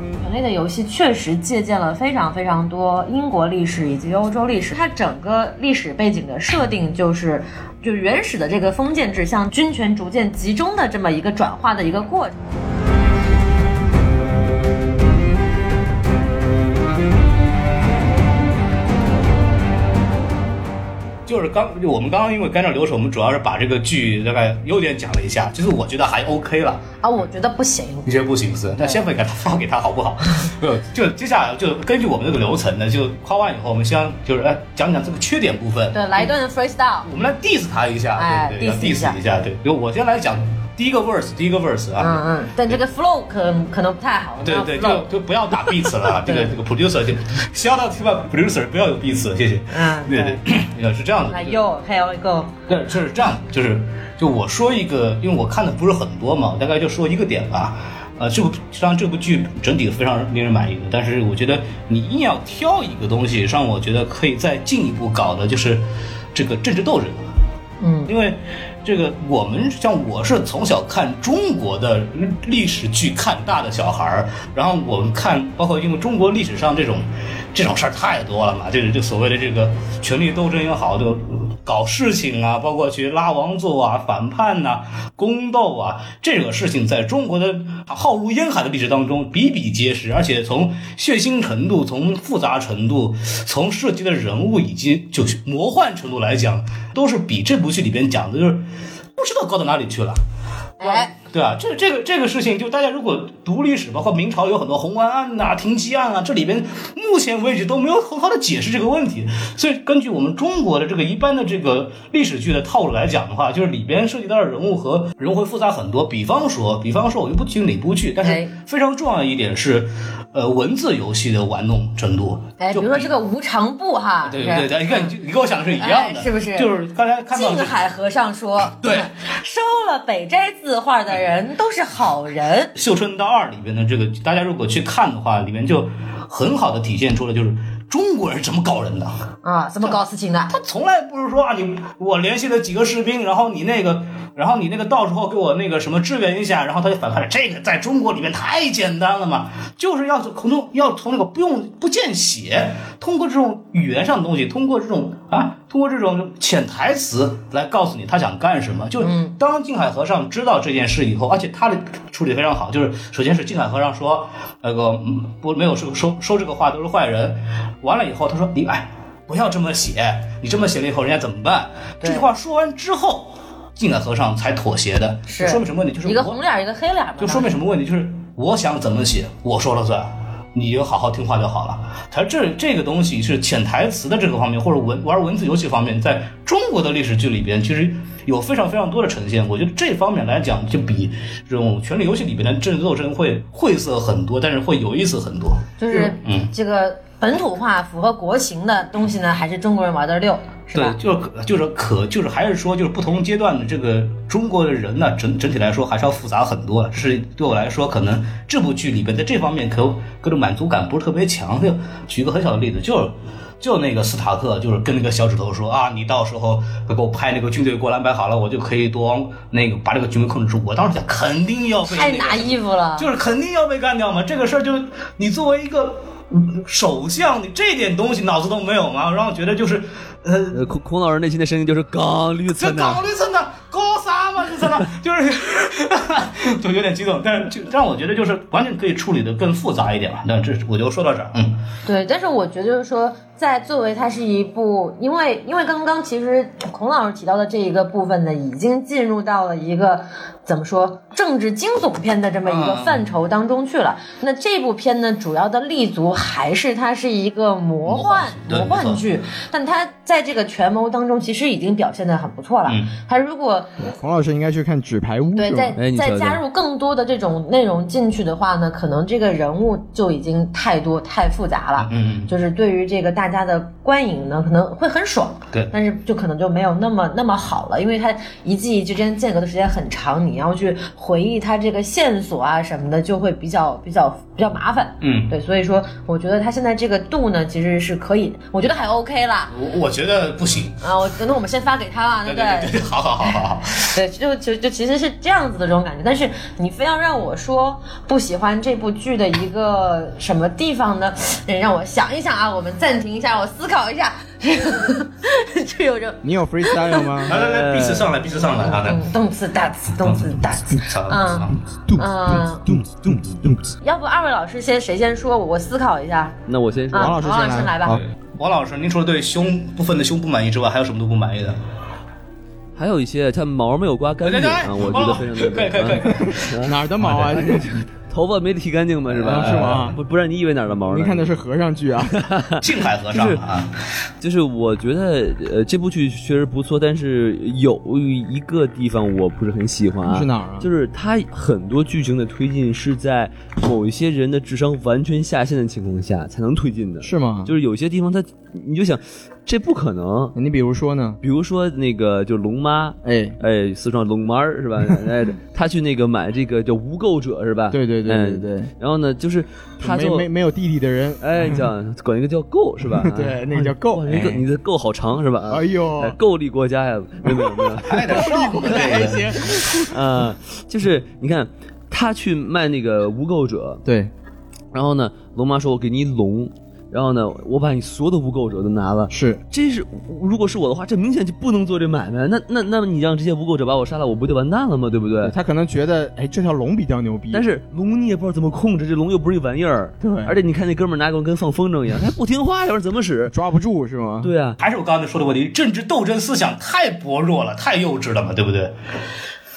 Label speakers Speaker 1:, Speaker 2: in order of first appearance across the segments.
Speaker 1: 品类的游戏确实借鉴了非常非常多英国历史以及欧洲历史，它整个历史背景的设定就是，就是原始的这个封建制向军权逐渐集中的这么一个转化的一个过程。
Speaker 2: 就是刚就我们刚刚因为干掉流水，我们主要是把这个剧大概优点讲了一下，就是我觉得还 OK 了，
Speaker 1: 啊，我觉得不行，
Speaker 2: 你觉得不行是？那先分给他发给他好 不好？呃，就接下来就根据我们这个流程呢，就夸完以后，我们先就是哎讲讲这个缺点部分，
Speaker 1: 对，来一
Speaker 2: 嗯
Speaker 1: 段 freestyle，
Speaker 2: 我们来 diss 他一下，
Speaker 1: 哎
Speaker 2: 对不
Speaker 1: diss
Speaker 2: 对？
Speaker 1: 一
Speaker 2: 要
Speaker 1: 下
Speaker 2: diss 一下，对。就我先来讲第一个 verse，第一个 verse 啊，
Speaker 1: 嗯嗯，但这个 flow 可可嗯能不太好，
Speaker 2: 对
Speaker 1: 我们
Speaker 2: 对，
Speaker 1: 要 flow
Speaker 2: 就就不要打 beats 了啊，这个这个 producer 就 shout out to my producer，不要有 beats，谢谢。
Speaker 1: 嗯
Speaker 2: 对
Speaker 1: 对，
Speaker 2: 对， 呃是这样的。
Speaker 1: 来
Speaker 2: 对
Speaker 1: you here we go，
Speaker 2: 对，是这样，就是就我说一个，因为我看的不是很多嘛，我大概就说一个点吧。呃，这部实际上这部剧整体非常令人满意的，但是我觉得你硬要挑一个东西，让我觉得可以再进一步搞的，就是这个政治斗争。
Speaker 1: 嗯
Speaker 2: 因为这个我们像我是从小看中国的历史剧看大的小孩儿，然后我们看包括因为中国历史上这种这种事儿太多了嘛，这个这所谓的这个权力斗争也好，就搞事情啊，包括去拉王座啊、反叛呐、宫斗啊，这个事情在中国的浩如烟海的历史当中比比皆是，而且从血腥程度、从复杂程度、从涉及的人物以及就是魔幻程度来讲，都是比这部剧里边讲的就是不知道高到哪里去了。
Speaker 1: 哎，
Speaker 2: 对啊，这这个这个事情，就大家如果读历史，包括明朝有很多红丸案呐、停机案啊，这里边目前为止都没有很好的解释这个问题。所以根据我们中国的这个一般的这个历史剧的套路来讲的话，就是里边涉及到的人物和人会复杂很多。比方说，比方说我就不提哪部剧，但
Speaker 1: 哎
Speaker 2: 是非常重要的一点是，呃，文字游戏的玩弄程度。
Speaker 1: 哎，比
Speaker 2: 就
Speaker 1: 如说这个无常部哈，
Speaker 2: 对对对对，你看你你跟我想的是一样的，
Speaker 1: 哎是不是
Speaker 2: 就是刚才看到
Speaker 1: 静
Speaker 2: 这
Speaker 1: 海和尚说，
Speaker 2: 对，
Speaker 1: 收了北斋字画的人都是好人。
Speaker 2: 《绣春刀二》里边的这个，大家如果去看的话，里面就很好的体现出了就是中国人是怎么搞人的。
Speaker 1: 啊，怎么搞事情的？
Speaker 2: 他从来不是说啊，你我联系了几个士兵，然后你那个，然后你那个到时候给我那个什么支援一下，然后他就反派了。这个在中国里面太简单了嘛，就是要从要从那个不用不见血，通过这种语言上的东西，通过这种啊，通过这种潜台词来告诉你他想干什么。就是当静海和尚知道这件事以后，而且他的处理非常好，就是首先是静海和尚说那个嗯不没有说说说这个话都是坏人，完了以后他说你哎。不要这么写，你这么写了以后，人家怎么办？
Speaker 1: 对
Speaker 2: 这句话说完之后，静海和尚才妥协的，
Speaker 1: 是
Speaker 2: 就说明什么问题？就是
Speaker 1: 一个
Speaker 2: 我
Speaker 1: 红脸儿，一个黑脸儿嘛。
Speaker 2: 就说明什么问题？就是我想怎么写，我说了算，你就好好听话就好了。他这这个东西是潜台词的这个方面，或者文玩文字游戏方面，在中国的历史剧里边，其实有非常非常多的呈现。我觉得这方面来讲，就比这种权力游戏里边的政治斗争会晦涩很多，但是会有意思很多。
Speaker 1: 就是
Speaker 2: 嗯
Speaker 1: 这个本土化、符合国情的东西呢，还是中国人玩的溜，是
Speaker 2: 对
Speaker 1: 吧，？
Speaker 2: 就是可就是可就是还是说就是不同阶段的这个中国的人呢、整整体来说还是要复杂很多了。是对我来说，可能这部剧里边在这方面可各种满足感不是特别强。就举一个很小的例子，就是。就那个斯塔克，就是跟那个小指头说啊，你到时候给我派那个军队过来，安排好了，我就可以多往那个把这个局面控制住。我当时想，肯定要被、那
Speaker 1: 太
Speaker 2: 个、
Speaker 1: 拿衣服了。
Speaker 2: 就是肯定要被干掉嘛。这个事儿就是你作为一个嗯首相，你这点东西脑子都没有吗？让我觉得就是，呃，
Speaker 3: 呃，孔孔老师内心的声音就是刚绿
Speaker 2: 这
Speaker 3: 村的
Speaker 2: 搞，绿色呢，高啥嘛？这 操，就是 就有点激动，但是就让我觉得就是完全可以处理的更复杂一点嘛。那这我就说到这儿，嗯，
Speaker 1: 对，但是我觉得就是说，在作为它是一部，因为因为刚刚其实孔老师提到的这一个部分呢，已经进入到了一个怎么说政治惊悚片的这么一个
Speaker 2: 嗯
Speaker 1: 范畴当中去了。那这部片呢，主要的立足还是它是一个魔
Speaker 2: 魔幻
Speaker 1: 幻
Speaker 2: 对
Speaker 1: 魔
Speaker 2: 没
Speaker 1: 幻
Speaker 2: 错嗯
Speaker 1: 剧，但它在这个权谋当中其实已经表现的很不错了。
Speaker 2: 嗯
Speaker 1: 它如果
Speaker 3: 孔老师应该去看《纸牌屋》
Speaker 1: 对，
Speaker 3: 是吧
Speaker 1: 再
Speaker 4: 哎你
Speaker 1: 再
Speaker 4: 说的
Speaker 1: 加入更多的这种内容进去的话呢，可能这个人物就已经太多太复杂了。
Speaker 2: 嗯
Speaker 1: 就是对于这个大家的观影呢，可能会很爽，
Speaker 2: 对
Speaker 1: 但是就可能就没有那么那么好了，因为它一季之间间隔的时间很长，你要去回忆它这个线索啊什么的，就会比较比较比较麻烦。
Speaker 2: 嗯，
Speaker 1: 对，所以说我觉得它现在这个度呢，其实是可以，我觉得还 OK 啦。
Speaker 2: 我我觉得不行，
Speaker 1: 啊，我可能我们先发给他啊，
Speaker 2: 对
Speaker 1: 不
Speaker 2: 对对对，好好好好好，
Speaker 1: 对，就就就其实是这样子的这种感觉。但是你非要让我说不喜欢这部剧的一个什么地方呢？嗯让我想一想啊，我们暂停一下，我思考一下。就有着
Speaker 3: 你有 freestyle 吗？
Speaker 2: 来来来，彼此上来，彼此上来，好的
Speaker 1: 嗯，动次打次，动次打次。
Speaker 2: 好
Speaker 1: 嗯嗯，要不二位老师先谁先说？我我思考一下。
Speaker 4: 那我先说，
Speaker 1: 啊，
Speaker 3: 王老师
Speaker 1: 王老师
Speaker 3: 先
Speaker 1: 先
Speaker 3: 来
Speaker 1: 来吧
Speaker 3: 好。
Speaker 2: 王老师，您除了对胸部分的胸不满意之外，还有什么都不满意的？
Speaker 4: 还有一些它毛没有刮干净
Speaker 2: 哎哎哎
Speaker 4: 啊，我觉得非常的
Speaker 2: 快快快
Speaker 3: 哪儿的毛
Speaker 4: 哎
Speaker 3: 啊？
Speaker 4: 头发没剃干净嘛，是吧？
Speaker 3: 啊是吗
Speaker 4: 不不然你以为哪儿的毛呢？
Speaker 3: 您看的是和尚剧啊？
Speaker 2: 静海和尚啊，
Speaker 4: 就是我觉得呃这部剧确实不错，但是有一个地方我不是很喜 欢、啊，
Speaker 3: 是哪儿啊
Speaker 4: 就是它很多剧情的推进是在某一些人的智商完全下线的情况下才能推进的，
Speaker 3: 是吗？
Speaker 4: 就是有些地方它你就想这不可能，
Speaker 3: 你比如说呢？
Speaker 4: 比如说那个就龙妈。
Speaker 3: 哎，
Speaker 4: 哎，四川龙妈 儿是吧？哎，他去那个买这个叫无垢者是吧？
Speaker 3: 对对对对对
Speaker 4: 嗯。然后呢，就是他
Speaker 3: 没
Speaker 4: 就
Speaker 3: 没没有弟弟的人，？
Speaker 4: 哎，叫管一个叫垢是吧
Speaker 3: 对，那个叫够。
Speaker 4: 哇你的
Speaker 3: 哎
Speaker 4: 你的垢好长是吧？
Speaker 3: 哎呦
Speaker 4: 哎够力国家呀，没有没有 没有，
Speaker 2: 还得上，还行，
Speaker 4: 呃，就是你看他去卖那个无垢者，
Speaker 3: 对，
Speaker 4: 然后呢，龙妈说我给你一笼，然后呢，我把你所有的无垢者都拿了。
Speaker 3: 是
Speaker 4: 这是如果是我的话，这明显就不能做这买卖。那那那么你让这些无垢者把我杀了，我不就完蛋了吗？对不对？
Speaker 3: 他可能觉得，哎，这条龙比较牛逼，
Speaker 4: 但是龙你也不知道怎么控制，这龙又不是一玩意儿。
Speaker 3: 对
Speaker 4: 而且你看那哥们儿拿棍跟放风筝一样，他还不听话，要是怎么使？
Speaker 3: 抓不住是吗？
Speaker 4: 对啊，
Speaker 2: 还是我刚才说的问题，政治斗争思想太薄弱了，太幼稚了嘛，对不对？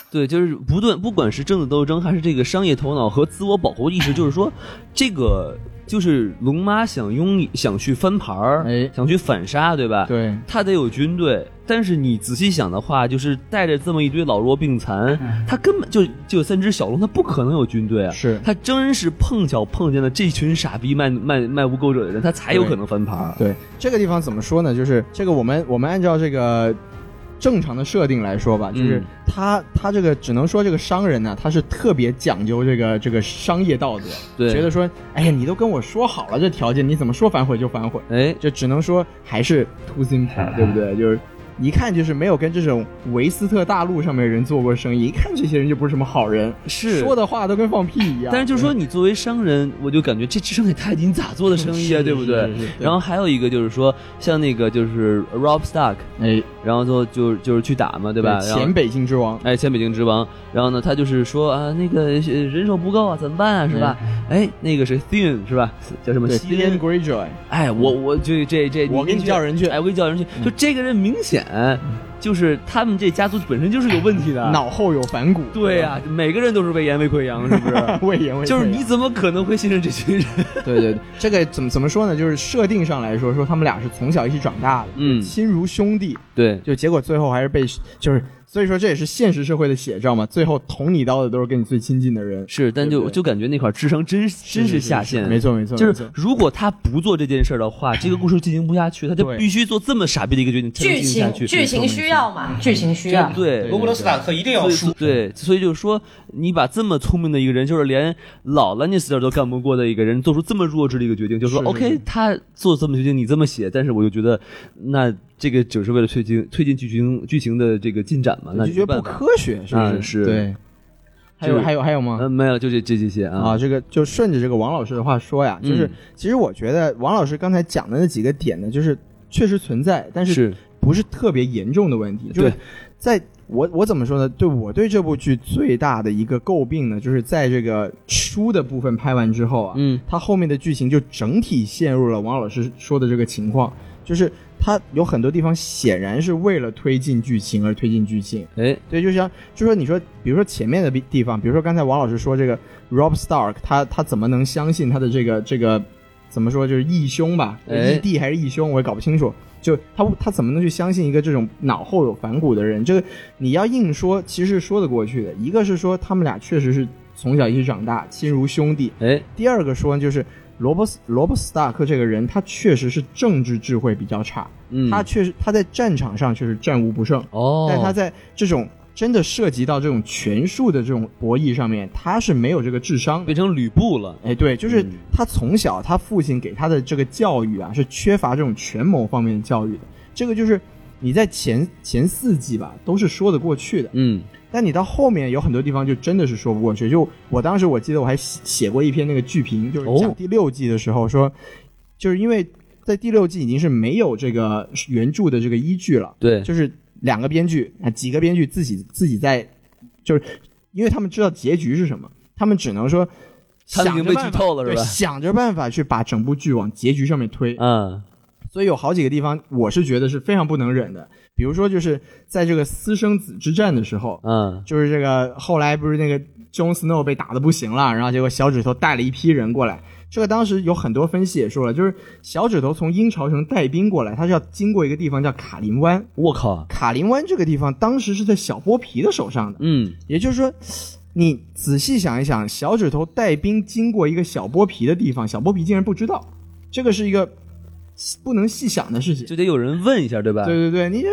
Speaker 4: 对，就是不断，不管是政治斗争，还是这个商业头脑和自我保护意识，就是说，这个就是龙妈想拥，想去翻盘儿，
Speaker 3: 哎
Speaker 4: 想去反杀，对吧？，
Speaker 3: 对，
Speaker 4: 他得有军队，但是你仔细想的话，就是带着这么一堆老弱病残，他根本就就有三只小龙，他不可能有军队啊。
Speaker 3: 嗯是
Speaker 4: 他真是碰巧碰见了这群傻逼卖卖卖无垢者的人，他才有可能翻盘儿。
Speaker 3: 对，啊这个地方怎么说呢？就是这个我们我们按照这个正常的设定来说吧，就是
Speaker 4: 嗯
Speaker 3: 他、他这个只能说这个商人呢、他是特别讲究这个这个商业道德，
Speaker 4: 对
Speaker 3: 觉得说，哎呀，你都跟我说好了这条件，你怎么说反悔就反悔，
Speaker 4: 哎，
Speaker 3: 就只能说还是 too
Speaker 4: 嗯
Speaker 3: simple，对不对？就是。一看就是没有跟这种维斯特大陆上面人做过生意，一看这些人就不是什么好人，
Speaker 4: 是
Speaker 3: 说的话都跟放屁一样。
Speaker 4: 但是就是说，你作为商人，我就感觉这智商也太低，你咋做的生意啊，对不对
Speaker 3: 是是是？
Speaker 4: 然后还有一个就是说，像那个就是 Rob Stark，
Speaker 3: 哎，
Speaker 4: 然后就就就是去打嘛，对吧？然后
Speaker 3: 前北京之王，
Speaker 4: 哎，前北京之王，然后呢，他就是说啊，那个呃人手不够啊，怎么办啊，是吧？哎，那个谁 Thin 是吧？叫什
Speaker 3: 嗯
Speaker 4: 么
Speaker 3: 对
Speaker 4: 西恩
Speaker 3: Theon Greyjoy，
Speaker 4: 哎，我我这这这，
Speaker 3: 我给你叫人去嗯
Speaker 4: 哎，我给你叫人去。就这个人明显就是他们这家族本身就是有问题的，
Speaker 3: 脑后有反骨。？
Speaker 4: 啊 对啊呀、每个人都是魏延、魏溃阳，是不是
Speaker 3: 魏延魏
Speaker 4: 就是
Speaker 3: 溃
Speaker 4: 你
Speaker 3: 疡
Speaker 4: 怎么可能会信任这群人？
Speaker 3: 对对，对这个怎么怎么说呢？就是设定上来说，说他们俩是从小一起长大的，
Speaker 4: 嗯
Speaker 3: 亲如兄弟，
Speaker 4: 对，
Speaker 3: 就结果最后还是被就是，所以说这也是现实社会的写照嘛。最后捅你刀的都是跟你最亲近的人，
Speaker 4: 是，但就
Speaker 3: 对
Speaker 4: 就感觉那块儿智商真真是下线，
Speaker 3: 没。错没错，
Speaker 4: 就
Speaker 3: 没
Speaker 4: 是
Speaker 3: 错
Speaker 4: 如果他不做这件事儿的话，这个故事进行不下去，他就
Speaker 3: 对
Speaker 4: 必须做这么傻逼的一个决定才能
Speaker 1: 剧
Speaker 4: 进行下
Speaker 1: 情
Speaker 4: 去。
Speaker 1: 剧情需要嘛？剧情需要。
Speaker 4: 对，
Speaker 2: 罗伯特斯塔克一定 要
Speaker 4: 所以
Speaker 2: 输，
Speaker 4: 对，所以就是说，你把这么聪明的一个人，就是连老兰尼斯特都干不过的一个人，做出这么弱智的一个决定，就说
Speaker 3: 是是
Speaker 4: OK，他做这么决定，你这么写，但是我就觉得，那这个只是为了推进推进剧情剧情的这个进展嘛，那
Speaker 3: 就觉得
Speaker 4: 没办
Speaker 3: 不
Speaker 4: 法
Speaker 3: 科学，是不是？
Speaker 4: 嗯是
Speaker 3: 对。还有
Speaker 4: 就是
Speaker 3: 还有还有吗？
Speaker 4: 嗯，没有，就这这这些
Speaker 3: 啊，
Speaker 4: 啊，
Speaker 3: 这个就顺着这个王老师的话说呀，就是、
Speaker 4: 嗯
Speaker 3: 其实我觉得王老师刚才讲的那几个点呢，就是确实存在，但是
Speaker 4: 是
Speaker 3: 不是特别严重的问题，就是
Speaker 4: 对
Speaker 3: 在我我怎么说呢？对我对这部剧最大的一个诟病呢，就是在这个书的部分拍完之后啊，
Speaker 4: 嗯，
Speaker 3: 它后面的剧情就整体陷入了王老师说的这个情况，就是它有很多地方显然是为了推进剧情而推进剧情。
Speaker 4: 哎，
Speaker 3: 对，就像就说你说，比如说前面的地地方，比如说刚才王老师说这个 Rob Stark，他他怎么能相信他的这个这个怎么说就是义兄吧，
Speaker 4: 哎
Speaker 3: 义弟还是义兄，我也搞不清楚。就他他怎么能去相信一个这种脑后有反骨的人？这个你要硬说，其实是说得过去的。一个是说他们俩确实是从小一起长大，亲如兄弟；
Speaker 4: 哎，
Speaker 3: 第二个说就是罗伯斯罗伯斯塔克这个人，他确实是政治智慧比较差，
Speaker 4: 嗯，
Speaker 3: 他确实他在战场上确实战无不胜。
Speaker 4: 哦，
Speaker 3: 但他在这种真的涉及到这种权术的这种博弈上面，他是没有这个智商的
Speaker 4: 变。成吕布了，
Speaker 3: 哎，对，就是
Speaker 4: 嗯
Speaker 3: 他从小他父亲给他的这个教育啊，是缺乏这种权谋方面的教育的。这个就是你在前前四季吧，都是说得过去的。
Speaker 4: 嗯，
Speaker 3: 但你到后面有很多地方就真的是说不过去。就我当时我记得我还写写过一篇那个剧评，就是
Speaker 4: 哦
Speaker 3: 讲第六季的时候说，就是因为在第六季已经是没有这个原著的这个依据了，
Speaker 4: 对，
Speaker 3: 就是两个编剧啊，几个编剧自己自己在，就是因为他们知道结局是什么，他们只能说
Speaker 4: 他们
Speaker 3: 想
Speaker 4: 已经
Speaker 3: 着
Speaker 4: 被
Speaker 3: 办法
Speaker 4: 剧透了是
Speaker 3: 对
Speaker 4: 吧
Speaker 3: 想着办法去把整部剧往结局上面推，
Speaker 4: 嗯，
Speaker 3: 所以有好几个地方我是觉得是非常不能忍的，比如说就是在这个私生子之战的时候，
Speaker 4: 嗯，
Speaker 3: 就是这个后来不是那个 Jon Snow 被打的不行了，然后结果小指头带了一批人过来。这个当时有很多分析也说了，就是小指头从鹰巢城带兵过来，他是要经过一个地方叫卡林湾，
Speaker 4: 我靠，
Speaker 3: 卡林湾这个地方当时是在小剥皮的手上的，
Speaker 4: 嗯，
Speaker 3: 也就是说，你仔细想一想，小指头带兵经过一个小剥皮的地方，小剥皮竟然不知道，这个是一个不能细想的事情。
Speaker 4: 就得呃有人问一下，对吧？
Speaker 3: 对对对，你这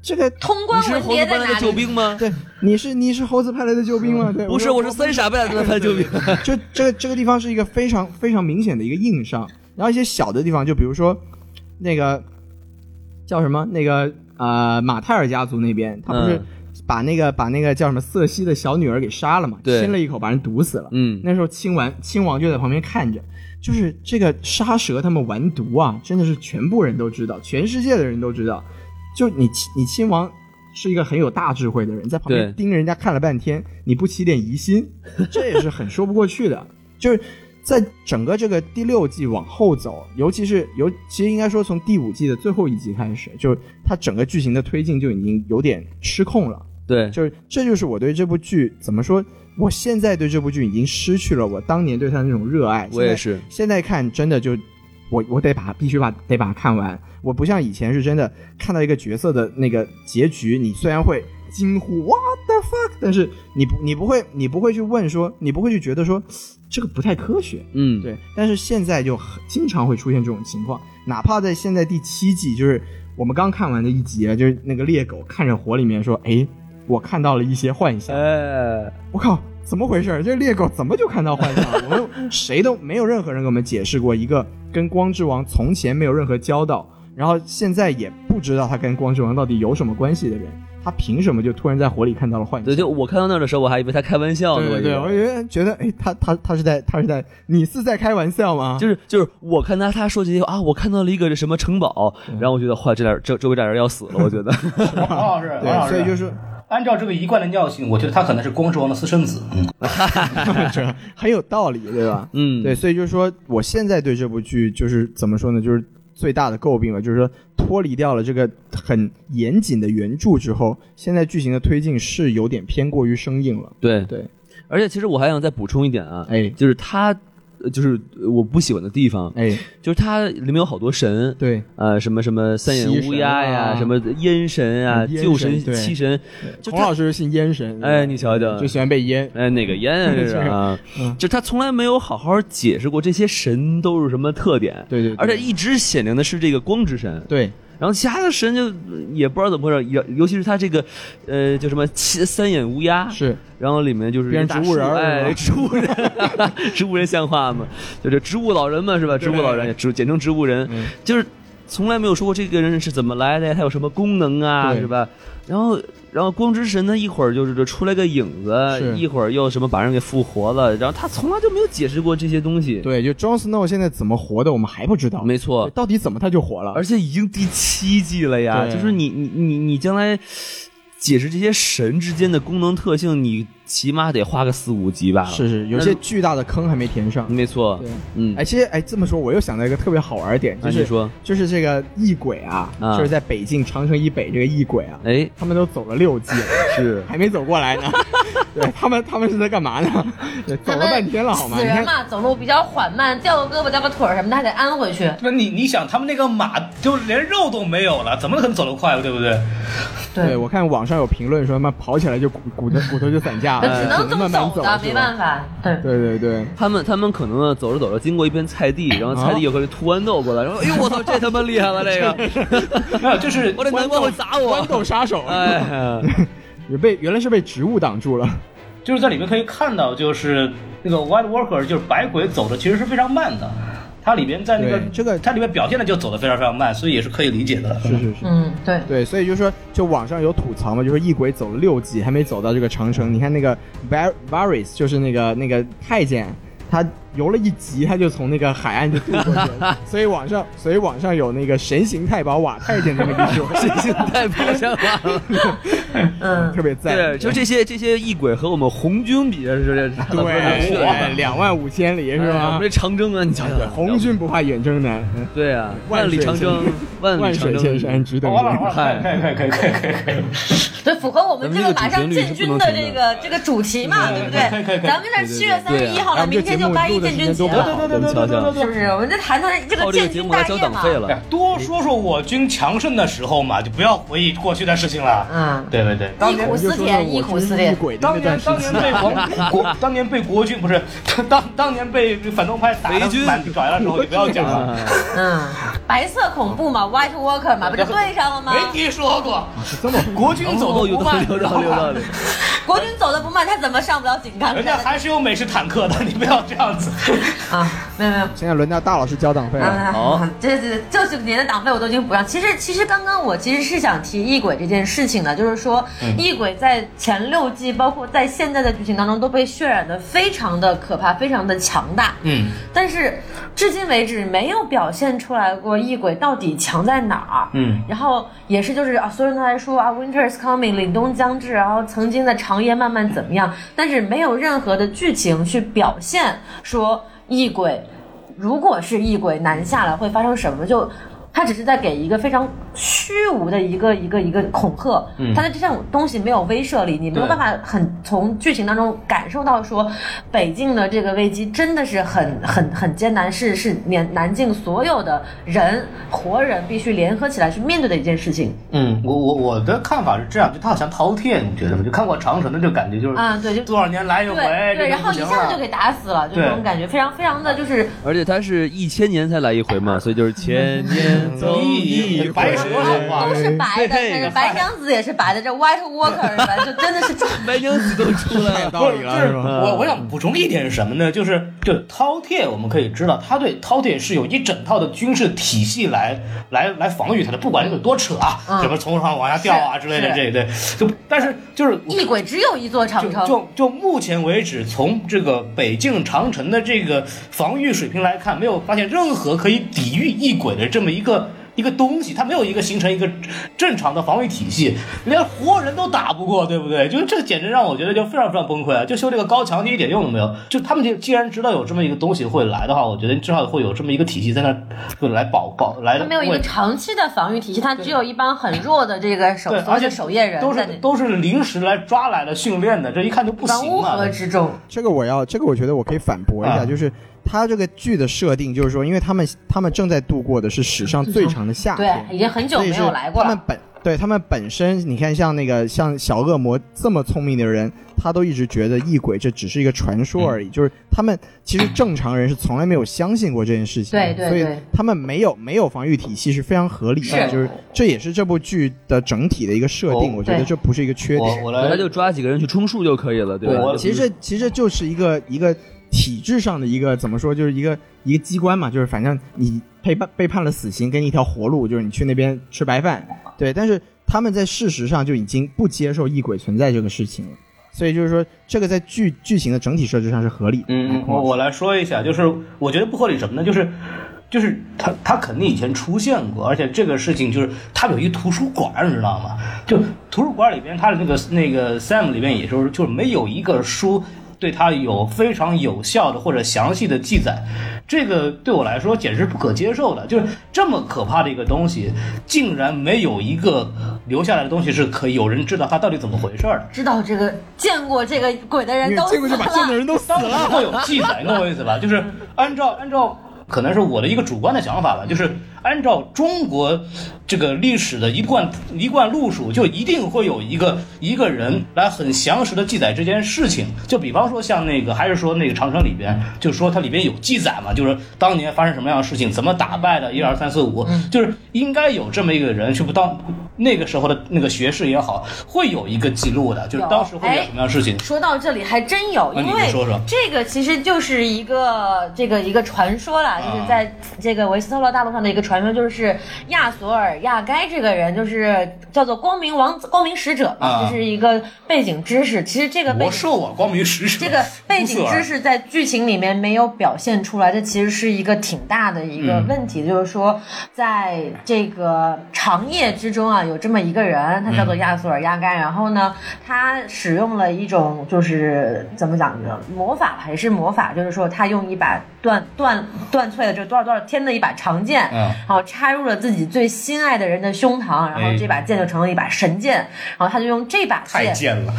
Speaker 3: 这个
Speaker 1: 通
Speaker 4: 你
Speaker 1: 关
Speaker 4: 是
Speaker 1: 文
Speaker 4: 猴
Speaker 1: 牒
Speaker 4: 子
Speaker 1: 在
Speaker 4: 搬来
Speaker 1: 哪
Speaker 4: 的救
Speaker 1: 里？
Speaker 4: 兵吗？
Speaker 3: 对，你是你是猴子派来的救兵吗？对，
Speaker 4: 不是，我是三傻派来的救兵。
Speaker 3: 就这个这个地方是一个非常非常明显的一个硬伤，然后一些小的地方，就比如说那个叫什么那个呃马泰尔家族那边，他不是
Speaker 4: 嗯
Speaker 3: 把那个、把那个叫什么瑟西的小女儿给杀了嘛，
Speaker 4: 对
Speaker 3: 亲了一口把人毒死了。
Speaker 4: 嗯，
Speaker 3: 那时候亲完亲王就在旁边看着，就是这个沙蛇他们完毒啊，真的是全部人都知道，全世界的人都知道。就你亲你亲王是一个很有大智慧的人，在旁边
Speaker 4: 对
Speaker 3: 盯着人家看了半天，你不起点疑心，这也是很说不过去的。 就是在整个这个第六季往后走，尤其是尤其实应该说从第五季的最后一集开始，就是它整个剧情的推进就已经有点失控了。
Speaker 4: 对，
Speaker 3: 就是这就是我对这部剧怎么说，我现在对这部剧已经失去了我当年对它的那种热爱。
Speaker 4: 我也
Speaker 3: 现在，
Speaker 4: 是，
Speaker 3: 现在看真的就，我我得把它必须把得把它看完。我不像以前是真的看到一个角色的那个结局，你虽然会惊呼 what the fuck，但是你不你不会你不会去问说，你不会去觉得说这个不太科学。
Speaker 4: 嗯，
Speaker 3: 对，但是现在就很经常会出现这种情况，哪怕在现在第七季，就是我们刚看完的一集啊，就是那个猎狗看着火里面说：“哎，我看到了一些幻象。
Speaker 4: 哎，
Speaker 3: 我靠，怎么回事儿？这猎狗怎么就看到幻象了？我 们谁都没有任何人给我们解释过一个跟光之王从前没有任何交道，然后现在也不知道他跟光之王到底有什么关系的人，他凭什么就突然在火里看到了幻象
Speaker 4: 对，？”就我看到那儿的时候，我还以为他开玩笑呢，
Speaker 3: 对对
Speaker 4: 以
Speaker 3: 对，
Speaker 4: 为
Speaker 3: 我觉得觉得，哎，他他他是在他是在，你是在开玩笑吗？
Speaker 4: 就是就是，我看他他说这些啊，我看到了一个什么城堡，然后我觉得，哇，这俩这周围这俩人要死了，我 觉得，
Speaker 2: 王老师，王老
Speaker 3: 对，
Speaker 2: 师，
Speaker 3: 所以就是
Speaker 2: 哦按照这个一贯的尿性，我觉得他可能是光之王的私生子。嗯，
Speaker 3: 这很有道理，对吧？
Speaker 4: 嗯，
Speaker 3: 对，，所以就是说，我现在对这部剧就是怎么说呢，就是最大的诟病了，就是说脱离掉了这个很严谨的原著之后，现在剧情的推进是有点偏过于生硬了。
Speaker 4: 对
Speaker 3: 对，
Speaker 4: 而且其实我还想再补充一点啊，
Speaker 3: 哎
Speaker 4: 就是他，呃就是我不喜欢的地方，
Speaker 3: 哎，
Speaker 4: 就是它里面有好多神，
Speaker 3: 对，
Speaker 4: 呃，什么什么三眼乌鸦呀，
Speaker 3: 七神啊
Speaker 4: 什么烟神啊、
Speaker 3: 嗯
Speaker 4: 旧神
Speaker 3: 烟神、对
Speaker 4: 七神，就
Speaker 3: 洪
Speaker 4: 他
Speaker 3: 老师信烟神，
Speaker 4: 哎你瞧瞧
Speaker 3: 就喜欢被烟。
Speaker 4: 哎哪个烟 啊这是啊
Speaker 3: 嗯，
Speaker 4: 就他从来没有好好解释过这些神都是什么特点，
Speaker 3: 对对对
Speaker 4: 而且一直显灵的是这个光之神，
Speaker 3: 对，
Speaker 4: 然后其他的神就也不知道怎么回事，尤尤其是他这个，呃，叫什么七三眼乌鸦，
Speaker 3: 是
Speaker 4: 然后里面就是
Speaker 3: 变成
Speaker 4: 一
Speaker 3: 植物人
Speaker 4: 大树
Speaker 3: 儿
Speaker 4: 哎，植物人， 植物人像话吗？就这植物老人嘛，是吧？植物老人，植简称植物人，
Speaker 3: 嗯
Speaker 4: 就是从来没有说过这个人是怎么来的呀，他有什么功能啊，
Speaker 3: 对
Speaker 4: 是吧？然后，然后光之神呢，一会儿就是这出来个影子，
Speaker 3: 是
Speaker 4: 一会儿又什么把人给复活了，然后他从来就没有解释过这些东西。，
Speaker 3: 对，就 Jon Snow 现在怎么活的，我们还不知道。
Speaker 4: 没错
Speaker 3: 对，到底怎么他就活了？
Speaker 4: 而且已经第七季了呀，
Speaker 3: 对
Speaker 4: 就是你你你你将来解释这些神之间的功能特性，你起码得花个四五集吧。
Speaker 3: 是是，有些巨大的坑还没填上。
Speaker 4: 没错
Speaker 3: 对，
Speaker 4: 嗯，
Speaker 3: 哎，其实哎，这么说我又想到一个特别好玩的点，就
Speaker 4: 那啊你
Speaker 3: 是
Speaker 4: 说，
Speaker 3: 就是这个异轨啊，
Speaker 4: 啊
Speaker 3: 就是在北境长城以北这个异轨啊，
Speaker 4: 哎，
Speaker 3: 他们都走了六季了，
Speaker 4: 是
Speaker 3: 还没走过来 呢。对他们，他们是在干嘛 呢？对，走
Speaker 1: 他
Speaker 3: 了
Speaker 1: 们
Speaker 3: 半天了，好吗？
Speaker 1: 死
Speaker 3: 你
Speaker 1: 人
Speaker 3: 看，
Speaker 1: 嘛，走路比较缓慢，掉个胳膊掉个腿儿什么的还得安回去。
Speaker 2: 那你你想，他们那个马就连肉都没有了，怎么可能走得快了，对不 对？
Speaker 3: 对，我看网上有评论说，妈跑起来就骨骨 头骨头就散架
Speaker 1: 那
Speaker 3: 了，
Speaker 1: 只能这么
Speaker 3: 慢啊哎慢
Speaker 1: 走
Speaker 3: 走
Speaker 1: 的，
Speaker 3: 是吧
Speaker 1: 没办法。对，
Speaker 3: 对对对，
Speaker 4: 他们他们可能呢走着走着经过一片菜地，然后菜地有个人吐豌豆过来，然后哎呦我操，这他妈厉害了，这个
Speaker 2: 没有，就是
Speaker 4: 我这南瓜会砸我
Speaker 3: 豌，豆杀手，
Speaker 4: 哎呀，
Speaker 3: 也被原来是被植物挡住了。
Speaker 2: 就是在里面可以看到，就是那个 White Walker，就是白鬼走的其实是非常慢的。它里边在那个
Speaker 3: 对这个
Speaker 2: 它里面表现的就走的非常非常慢，所以也是可以理解的。
Speaker 3: 是是是，
Speaker 1: 嗯，对。
Speaker 3: 对，所以就说，就网上有吐槽嘛，就说异鬼走了六级还没走到这个长城。你看那个 Var Varys，就是那个那个太监，他游了一级，他就从那个海岸就渡过去了。所以网上，所以网上有那个神行太保瓦太监这么一说，
Speaker 4: 这现在不像话了。
Speaker 1: 嗯
Speaker 3: 特别赞。
Speaker 4: 对，就这些这些异鬼和我们红军比是这差得多远去
Speaker 3: 对，
Speaker 4: 了。
Speaker 3: 两万五千里是
Speaker 4: 哎我
Speaker 3: 吧
Speaker 4: 们这？长征啊，你想
Speaker 3: 对
Speaker 4: 想，
Speaker 3: 红军不怕远征难，嗯
Speaker 4: 对啊，
Speaker 3: 万
Speaker 4: 万里
Speaker 3: 水
Speaker 4: 长征，万
Speaker 3: 万
Speaker 4: 里长
Speaker 3: 水千山
Speaker 4: 征。
Speaker 3: 只等
Speaker 2: 完了完
Speaker 3: 闲。
Speaker 2: 了，可以可以可以可以可以可以可以。
Speaker 1: 对，符合我们这个马上进军的这
Speaker 4: 咱们这个主旋律是不能停
Speaker 1: 个这个主题嘛，对不对？咱们这七月三十一号
Speaker 3: 咱
Speaker 1: 了，
Speaker 3: 们这
Speaker 1: 明
Speaker 3: 节
Speaker 1: 天
Speaker 3: 目
Speaker 1: 就八一
Speaker 3: 录的
Speaker 1: 建军
Speaker 3: 时间
Speaker 1: 节
Speaker 3: 多
Speaker 1: 了，
Speaker 3: 好，
Speaker 2: 对对对对
Speaker 1: 是
Speaker 2: 对
Speaker 1: 不是？我们就谈谈这
Speaker 4: 靠
Speaker 1: 个
Speaker 4: 这个
Speaker 1: 建
Speaker 4: 节
Speaker 1: 军
Speaker 4: 目来
Speaker 1: 大
Speaker 4: 交
Speaker 1: 业
Speaker 4: 党
Speaker 1: 嘛
Speaker 4: 费。了，
Speaker 2: 哎多说说我军强盛的时候嘛，就不要回忆过去的事情了。
Speaker 1: 嗯
Speaker 2: 对对对。
Speaker 1: 忆苦思甜，忆苦思甜
Speaker 3: 异。鬼的
Speaker 2: 当
Speaker 3: 那段
Speaker 2: 年
Speaker 3: 时
Speaker 2: 当
Speaker 3: 期
Speaker 2: 年，被皇 国，当年被国军不是， 当当年被反动派打
Speaker 4: 北
Speaker 2: 的
Speaker 4: 军
Speaker 2: 满地转的时候，就不要讲了。
Speaker 1: 嗯，白色恐怖嘛，White Walker 嘛，不就对上了吗？
Speaker 2: 没听说过，国军走
Speaker 4: 哦，
Speaker 2: 的
Speaker 4: 有
Speaker 2: 不
Speaker 4: 道
Speaker 2: 慢
Speaker 4: 理，，有道理，有道理。
Speaker 1: 国军走的不慢，他怎么上不了井冈
Speaker 2: 人家
Speaker 1: 山
Speaker 2: 还是有美式坦克的，你不要这样子。
Speaker 1: 啊？没有没有，
Speaker 3: 现在轮到大老师交党费了。
Speaker 1: 啊，
Speaker 4: 好
Speaker 1: 这这这这年的党费我都已经补上。其实其实刚刚我其实是想提异鬼这件事情的，就是说
Speaker 2: 嗯
Speaker 1: 异鬼在前六季，包括在现在的剧情当中都被渲染的非常的可怕，非常的强大。
Speaker 2: 嗯，
Speaker 1: 但是至今为止没有表现出来过异鬼到底强在哪儿。
Speaker 2: 嗯，
Speaker 1: 然后也是就是啊，所有人都在说啊，Winter is coming，凛冬将至，然后曾经的长夜慢慢怎么样，但是没有任何的剧情去表现说异鬼如果是异鬼南下了会发生什么就。他只是在给一个非常虚无的一个一个一个恐吓，他的这种东西没有威慑力，你没有
Speaker 2: 对
Speaker 1: 办法很从剧情当中感受到说北境的这个危机真的是很很很艰难，是是南南境所有的人活人必须联合起来去面对的一件事情
Speaker 2: 嗯，我我我的看法是这样，就他好像饕餮，你觉得吗？就看过长城的这个感觉，就是
Speaker 1: 啊，对，就
Speaker 2: 多少年来一回，
Speaker 1: 对对，
Speaker 2: 这
Speaker 1: 然
Speaker 2: 个
Speaker 1: 后
Speaker 2: 不
Speaker 1: 一
Speaker 2: 行
Speaker 1: 下子
Speaker 2: 了
Speaker 1: 就给打死了，就这种
Speaker 2: 对
Speaker 1: 感觉，非常非常的就是
Speaker 4: 而且它是一千年才来一回嘛，所以就是千年走一回。
Speaker 2: 白蛇了哇
Speaker 1: 都是白的，
Speaker 4: 嘿
Speaker 1: 但是白娘子也是白的，这 White Walker 是吧？就真的是
Speaker 4: 白娘子都出来 了，
Speaker 3: 道理了
Speaker 2: 就是
Speaker 3: 是吧嗯
Speaker 2: 我我想补充一点是什么呢？就是就饕餮，我们可以知道，他对饕餮是有一整套的军事体系来来来防御他的，不管有多扯啊，
Speaker 1: 嗯
Speaker 2: 什么从上往下掉啊
Speaker 1: 是
Speaker 2: 之类的，
Speaker 1: 是
Speaker 2: 这一对，就但是就是我
Speaker 1: 异鬼只有一座长
Speaker 2: 就
Speaker 1: 城，
Speaker 2: 就就目前为止，从这个北境长城的这个防御水平来看，没有发现任何可以抵御异鬼的这么一个一个东西，它没有一个形成一个正常的防御体系，连活人都打不过，对不对？就这简直让我觉得就非常非常崩溃啊！就修这个高墙，你一点用都没有。就他们就既然知道有这么一个东西会来的话，我觉得至少会有这么一个体系在那儿就来保保来
Speaker 1: 它没有一
Speaker 2: 为
Speaker 1: 个长期的防御体系，它只有一帮很弱的这个守
Speaker 2: 对，
Speaker 1: 所
Speaker 2: 而
Speaker 1: 谓的
Speaker 2: 且
Speaker 1: 守夜人
Speaker 2: 都
Speaker 1: 在
Speaker 2: 是
Speaker 1: 那里，
Speaker 2: 都是临时来抓来的训练的，这一看就不
Speaker 1: 一帮
Speaker 2: 行
Speaker 1: 乌
Speaker 2: 啊！
Speaker 1: 合之众。
Speaker 3: 这个我要，这个我觉得我可以反驳一下，
Speaker 2: 啊
Speaker 3: 就是它这个剧的设定，就是说，因为他们他们正在度过的是史上最长的夏
Speaker 1: 对
Speaker 3: 天，，
Speaker 1: 已经很久
Speaker 3: 所以
Speaker 1: 没
Speaker 3: 是
Speaker 1: 有来过
Speaker 3: 他们
Speaker 1: 了。
Speaker 3: 本对他们本身，你看像那个像小恶魔这么聪明的人，他都一直觉得异鬼这只是一个传说而已，
Speaker 2: 嗯
Speaker 3: 就是他们其实正常人是从来没有相信过这件事情的，
Speaker 1: 对对
Speaker 3: 所
Speaker 1: 对
Speaker 3: 以他们没有没有防御体系是非常合理的，
Speaker 1: 是
Speaker 3: 就是这也是这部剧的整体的一个设定，
Speaker 2: 哦
Speaker 3: 我觉得
Speaker 1: 对
Speaker 3: 这不是一个缺点。
Speaker 2: 我我来
Speaker 4: 他就抓几个人去充数就可以了，对吧
Speaker 2: 我？
Speaker 3: 其实这其实这就是一个一个体制上的一个怎么说，就是一个一个机关嘛，就是反正你被判被判了死刑，给你一条活路，就是你去那边吃白饭。对，但是他们在事实上就已经不接受异鬼存在这个事情了，所以就是说，这个在剧
Speaker 2: 嗯
Speaker 3: 剧情的整体设置上是合理的。啊
Speaker 2: 嗯，我我来说一下，就是我觉得不合理什么呢？就是就是他他肯定以前出现过，而且这个事情就是他有一图书馆，你知道吗？就图书馆里边他的那个那个 Sam 里边也就是就是没有一个书。对他有非常有效的或者详细的记载，这个对我来说简直是不可接受的。就是这么可怕的一个东西，竟然没有一个留下来的东西是可以有人知道它到底怎么回事儿的。
Speaker 1: 知道这个见过这个鬼的人
Speaker 3: 因为
Speaker 1: 都
Speaker 3: 见过
Speaker 1: 死
Speaker 3: 就把见
Speaker 1: 了
Speaker 3: 的人都死
Speaker 2: 当时
Speaker 3: 了。
Speaker 2: 啊会有记载，你懂我意思吧？就是按照按照。可能是我的一个主观的想法吧，就是按照中国这个历史的一贯一贯路数，就一定会有一个一个人来很详实的记载这件事情。就比方说像那个，还是说那个长城里边，就说它里边有记载嘛，就是当年发生什么样的事情，怎么打败的，一二三四五，就是应该有这么一个人去不当那个时候的那个学士也好，会有一个记录的，就是
Speaker 1: 有
Speaker 2: 当时会有什么样的事情。
Speaker 1: 说到这里还真有，
Speaker 2: 啊
Speaker 1: 因
Speaker 2: 你
Speaker 1: 为
Speaker 2: 你说说
Speaker 1: 这个其实就是一个这个一个传说啦，
Speaker 2: 啊
Speaker 1: 就是在这个维斯特洛大陆上的一个传说，就是亚索尔亚该这个人就是叫做光明王子、光明使者嘛，
Speaker 2: 啊
Speaker 1: 就是一个背景知识。其实这个背
Speaker 2: 魔
Speaker 1: 景
Speaker 2: 兽啊，光明使者， 啊
Speaker 1: 这个背景知
Speaker 2: 识，
Speaker 1: 识在剧情里面没有表现出来，这其实是一个挺大的一
Speaker 2: 嗯
Speaker 1: 个问题，就是说，在这个长夜之中啊，有这么一个人，他叫
Speaker 2: 嗯
Speaker 1: 做亚索尔亚干，然后呢，他使用了一种就是怎么讲呢，魔法还是魔法，就是说他用一把断断断脆的就多少多少天的一把长剑，
Speaker 2: 嗯，
Speaker 1: 然后插入了自己最心爱的人的胸膛，然后这把剑就成了一把神剑，然后他就用这把
Speaker 2: 哎太
Speaker 1: 剑
Speaker 2: 贱了，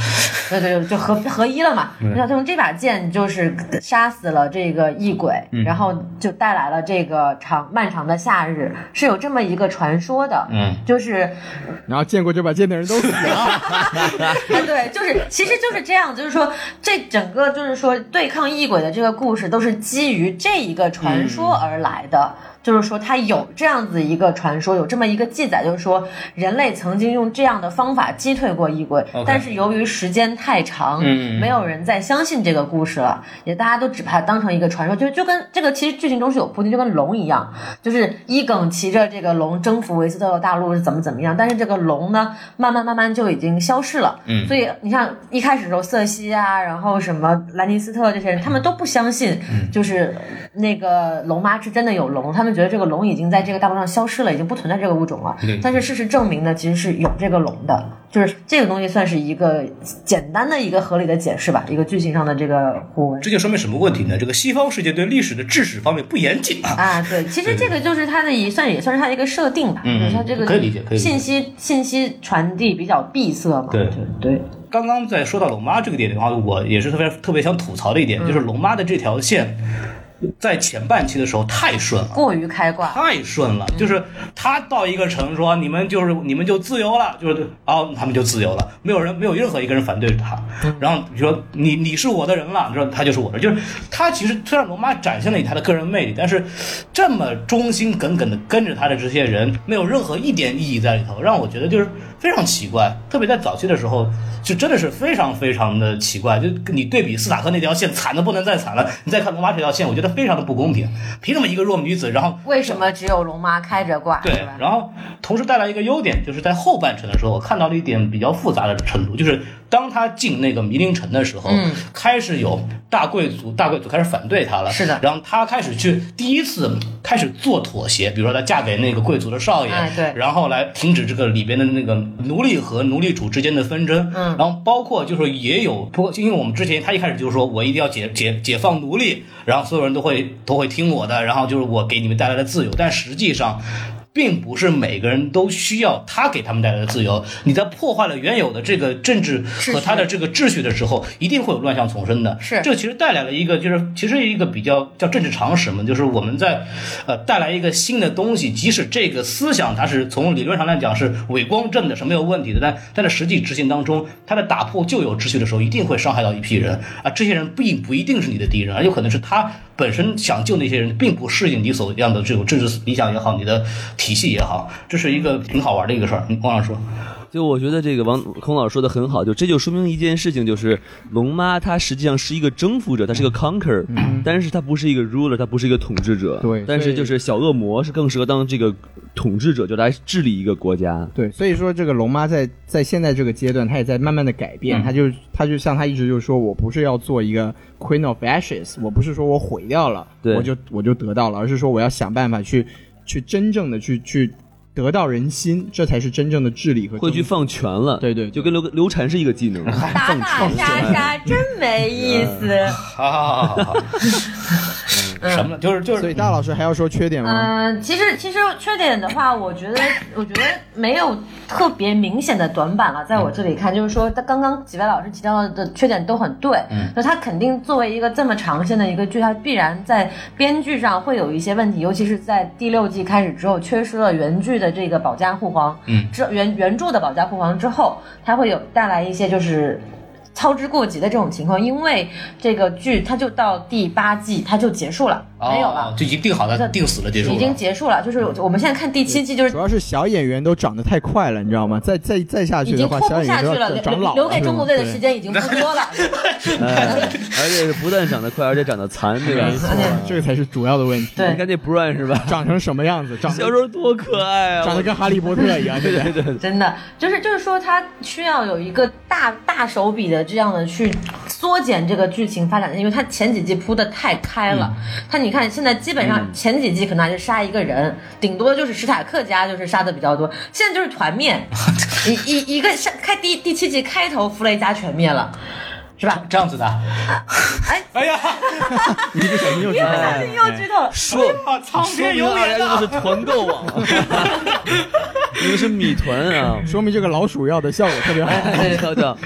Speaker 1: 对对，对，就合合一了嘛。那他用这把剑就是杀死了这个异鬼，
Speaker 2: 嗯
Speaker 1: 然后就带来了这个长漫长的夏日，是有这么一个传说的。
Speaker 2: 嗯，
Speaker 1: 就是，
Speaker 3: 然后见过就把见的人都死了。
Speaker 1: 哎对，就是，其实就是这样，就是说，这整个就是说对抗异鬼的这个故事，都是基于这一个传说而来的。
Speaker 2: 嗯
Speaker 1: 就是说，它有这样子一个传说，有这么一个记载，就是说人类曾经用这样的方法击退过异鬼
Speaker 2: OK
Speaker 1: 但是由于时间太长，
Speaker 2: 嗯
Speaker 1: 没有人再相信这个故事了，也大家都只把它当成一个传说，就就跟这个其实剧情中是有铺垫，就跟龙一样，就是伊耿骑着这个龙征服维斯特洛大陆是怎么怎么样，但是这个龙呢，慢慢慢慢就已经消逝了。
Speaker 2: 嗯
Speaker 1: 所以你像一开始的时候瑟西啊，然后什么兰尼斯特这些
Speaker 2: 嗯
Speaker 1: 人，他们都不相信，就是那个龙妈是真的有龙，他们觉得这个龙已经在这个大陆上消失了，已经不存在这个物种了。但是事实证明呢，其实是有这个龙的，就是这个东西算是一个简单的一个合理的解释吧，一个剧情上的这个互文。
Speaker 2: 这就说明什么问题呢？这个西方世界对历史的知识方面不严谨啊。
Speaker 1: 啊，对，其实这个就是它的一算也算是它的一个设定吧，
Speaker 2: 嗯
Speaker 1: 就是它这个
Speaker 2: 可以理解可以理解
Speaker 1: 信息信息传递比较闭塞嘛，
Speaker 2: 对
Speaker 1: 对，
Speaker 2: 刚刚在说到龙妈这个点的话，我也是特别特别想吐槽的一
Speaker 1: 嗯
Speaker 2: 点，就是龙妈的这条线，在前半期的时候太顺了。
Speaker 1: 过于开挂，
Speaker 2: 太顺了，就是他到一个城说你们就是你们就自由了，就是哦他们就自由了，没有人没有任何一个人反对他。然后你说你你是我的人了，你说他就是我的，就是他其实虽然龙妈展现了他的个人魅力，但是这么忠心耿耿的跟着他的这些人，没有任何一点意义在里头，让我觉得就是非常奇怪。特别在早期的时候，就真的是非常非常的奇怪。就你对比斯塔克那条线惨的不能再惨了，你再看龙妈这条线，我觉得非常的不公平。凭什么一个弱女子，然后
Speaker 1: 为什么只有龙妈开着挂？
Speaker 2: 对
Speaker 1: 是吧，
Speaker 2: 然后同时带来一个优点，就是在后半程的时候，我看到了一点比较复杂的程度，就是当他进那个迷林城的时候，
Speaker 1: 嗯
Speaker 2: 开始有大贵族，大贵族开始反对他了，
Speaker 1: 是的
Speaker 2: 然后他开始去第一次开始做妥协，比如说他嫁给那个贵族的少爷，
Speaker 1: 哎对
Speaker 2: 然后来停止这个里边的那个奴隶和奴隶主之间的纷争，
Speaker 1: 嗯
Speaker 2: 然后包括就是也有，不过因为我们之前他一开始就说我一定要解解解放奴隶，然后所有人都会都会听我的，然后就是我给你们带来的自由，但实际上。并不是每个人都需要他给他们带来的自由。你在破坏了原有的这个政治
Speaker 1: 序
Speaker 2: 和他的这个秩序的时候，一定会有乱象丛生的。
Speaker 1: 是
Speaker 2: 这其实带来了一个，就是其实一个比较叫政治常识嘛，就是我们在呃带来一个新的东西，即使这个思想它是从理论上来讲是伪光正的，是没有问题的，但但在实际执行当中，它在打破旧有秩序的时候，一定会伤害到一批人啊。这些人并不一定是你的敌人，而有可能是他本身想救那些人，并不适应你所样的这种政治理想也好，你的体系也好，这是一个挺好玩的一个事儿。你往上说，
Speaker 4: 就我觉得这个王孔老师说的很好，就这就说明一件事情，就是龙妈她实际上是一个征服者，她是个 conquer，、
Speaker 3: 嗯
Speaker 4: 但是她不是一个 ruler，她不是一个统治者。
Speaker 3: 对
Speaker 4: 但
Speaker 3: 所
Speaker 4: 是
Speaker 3: 以
Speaker 4: 就是小恶魔是更适合当这个统治者，就来治理一个国家。
Speaker 3: 对，所以说这个龙妈在在现在这个阶段，她也在慢慢的改
Speaker 4: 嗯
Speaker 3: 变，她就她就像她一直就说，我不是要做一个 Queen of Ashes，我不是说我毁掉了，
Speaker 4: 对
Speaker 3: 我就我就得到了，而是说我要想办法去去真正的去去得到人心，这才是真正的治理和
Speaker 4: 会去
Speaker 3: 征服
Speaker 4: 放权了，
Speaker 3: 对对对
Speaker 4: 就跟流流产是一个 技能。哎
Speaker 1: 打打杀杀真没意思。
Speaker 2: 好好好 好好，嗯什么就是就是
Speaker 3: 所以大老师还要说缺点吗？
Speaker 1: 嗯，其实其实缺点的话，我觉得我觉得没有特别明显的短板了，在我这里看，就是说他刚刚几位老师提到的缺点都很对，就他肯定作为一个这么长线的一个剧，他必然在编剧上会有一些问题，尤其是在第六季开始之后，缺失了原剧的这个保驾护航，
Speaker 2: 嗯
Speaker 1: 之原原著的保驾护航之后，它会有带来一些就是操之过急的这种情况，因为这个剧它就到第八季它就结束了，没有了
Speaker 2: 哦。就已经定好了，定死了，结束了。
Speaker 1: 已经结束了，就是我们现在看第七季，就是
Speaker 3: 主要是小演员都长得太快了，你知道吗？再再再下
Speaker 1: 已
Speaker 3: 去
Speaker 1: 经
Speaker 3: 的话
Speaker 1: 拖，
Speaker 3: 小
Speaker 1: 不
Speaker 3: 演
Speaker 1: 下
Speaker 3: 员
Speaker 1: 去
Speaker 3: 都
Speaker 1: 了，
Speaker 3: 要
Speaker 1: 留
Speaker 3: 长老
Speaker 1: 留留
Speaker 3: 了。
Speaker 1: 给中国队的
Speaker 3: 对
Speaker 1: 时间已经不多了。
Speaker 4: 哎，而且是不但长得快，而且长得残，对吧？
Speaker 3: 这个才是主要的问题。
Speaker 1: 对
Speaker 4: 你看这 Brian 是吧？
Speaker 3: 长成什么样子？长
Speaker 4: 小时候多可爱 啊！
Speaker 3: 长得
Speaker 4: 我
Speaker 3: 跟哈利波特一样，对不对？
Speaker 1: 真的就是就是说，他需要有一个大大手笔的这样的去缩减这个剧情发展，因为他前几季铺的太开了。他你看现在基本上前几季可能还是杀一个人，顶多就是史塔克家就是杀的比较多，现在就是团灭，一一一个上开第第七季开头弗雷家全灭了，是吧？
Speaker 2: 这样子的。
Speaker 1: 哎
Speaker 2: 哎呀，
Speaker 3: 一不 小心又
Speaker 1: 一不小心又剧透了。
Speaker 4: 说
Speaker 2: 苍
Speaker 4: 说明大家都是团购网， 你们是米团啊！
Speaker 3: 说明这个老鼠药的效果特别好。
Speaker 4: 哎，跳跳，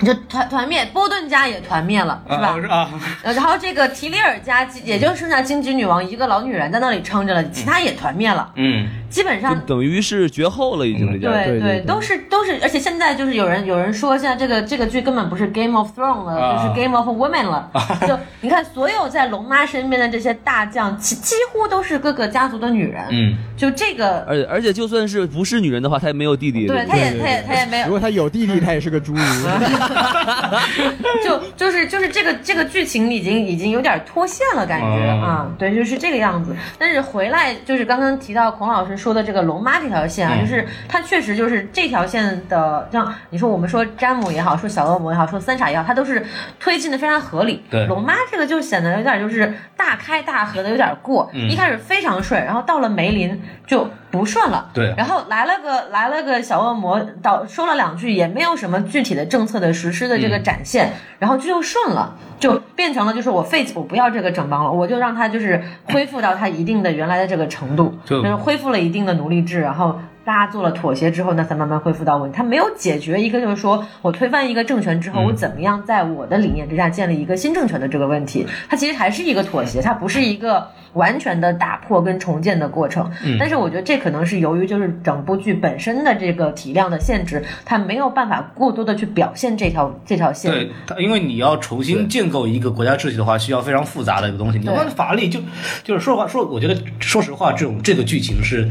Speaker 1: 你就团团灭，波顿家也团灭了，是吧？
Speaker 2: 啊，
Speaker 1: 呃然后这个提里尔家也就剩下荆棘女王一个老女人在那里撑着了，其他也团灭了，
Speaker 2: 嗯，
Speaker 1: 基本上
Speaker 4: 就。等于是绝后了，已经这家。
Speaker 1: 对
Speaker 3: 对对
Speaker 1: 都是都是，而且现在就是有人有人说，现在这个这个剧根本不是 Game of Thrones 了，
Speaker 2: 啊
Speaker 1: 就是 Game of Women 了。 就你看，所有在龙妈身边的这些大将，几几乎都是各个家族的女人。
Speaker 2: 嗯，
Speaker 1: 就这个，
Speaker 4: 而且而且，就算是不是女人的话，她也没有弟弟。
Speaker 1: 对，
Speaker 4: 不
Speaker 1: 她也
Speaker 3: 对
Speaker 1: 她也她也没有
Speaker 3: 如，果他有弟弟，他也是个 侏儒。
Speaker 1: 就就是就是这个这个剧情已经已经有点脱线了，感觉
Speaker 2: 嗯
Speaker 1: 啊、对，就是这个样子。但是回来就是刚刚提到孔老师说的这个龙妈这条线啊，
Speaker 2: 嗯
Speaker 1: 就是它确实就是这条线的，像你说我们说詹姆也好，说小恶魔也好，说三傻也好，它都是推进的非常合理。
Speaker 2: 对
Speaker 1: 龙妈这个就显得有点就是大开大合的有点过，
Speaker 2: 嗯
Speaker 1: 一开始非常顺，然后到了梅林就不顺了。
Speaker 2: 对啊
Speaker 1: 然后来了个来了个小恶魔，导说了两句，也没有什么具体的政策的实施的这
Speaker 2: 嗯
Speaker 1: 个展现，然后就又顺了，就变成了就是我废，我不要这个整帮了，我就让他就是恢复到他一定的原来的这个程度，
Speaker 2: 就
Speaker 1: 就是恢复了一定的奴隶制，然后。大家做了妥协之后，那才慢慢恢复到稳定。他没有解决一个，就是说我推翻一个政权之后，
Speaker 2: 嗯
Speaker 1: 我怎么样在我的理念之下建立一个新政权的这个问题。
Speaker 2: 嗯
Speaker 1: 它其实还是一个妥协，它不是一个完全的打破跟重建的过程。
Speaker 2: 嗯
Speaker 1: 但是我觉得这可能是由于就是整部剧本身的这个体量的限制，它没有办法过多的去表现这条这条线。
Speaker 2: 对，它因为你要重新建构一个国家秩序的话，需要非常复杂的一个东西。你
Speaker 1: 对
Speaker 2: 看法律就就是说实话说，我觉得说实话，这种这个剧情是。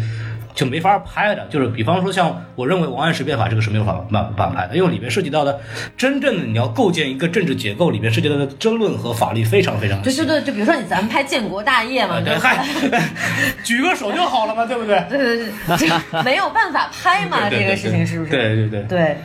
Speaker 2: 就没法拍的，就是比方说像我认为《王安石变法》这个是没有法办办拍的，因为里面涉及到的真正的你要构建一个政治结构，里面涉及到的争论和法律非常非常
Speaker 1: 就就对，就比如说你咱们拍建国大业嘛，
Speaker 2: 对，嗨，举个手就好了嘛，对不对？
Speaker 1: 对对对，这 没有办法拍嘛，
Speaker 2: 对对
Speaker 1: 这个事情是不是？
Speaker 2: 对对对，
Speaker 1: 对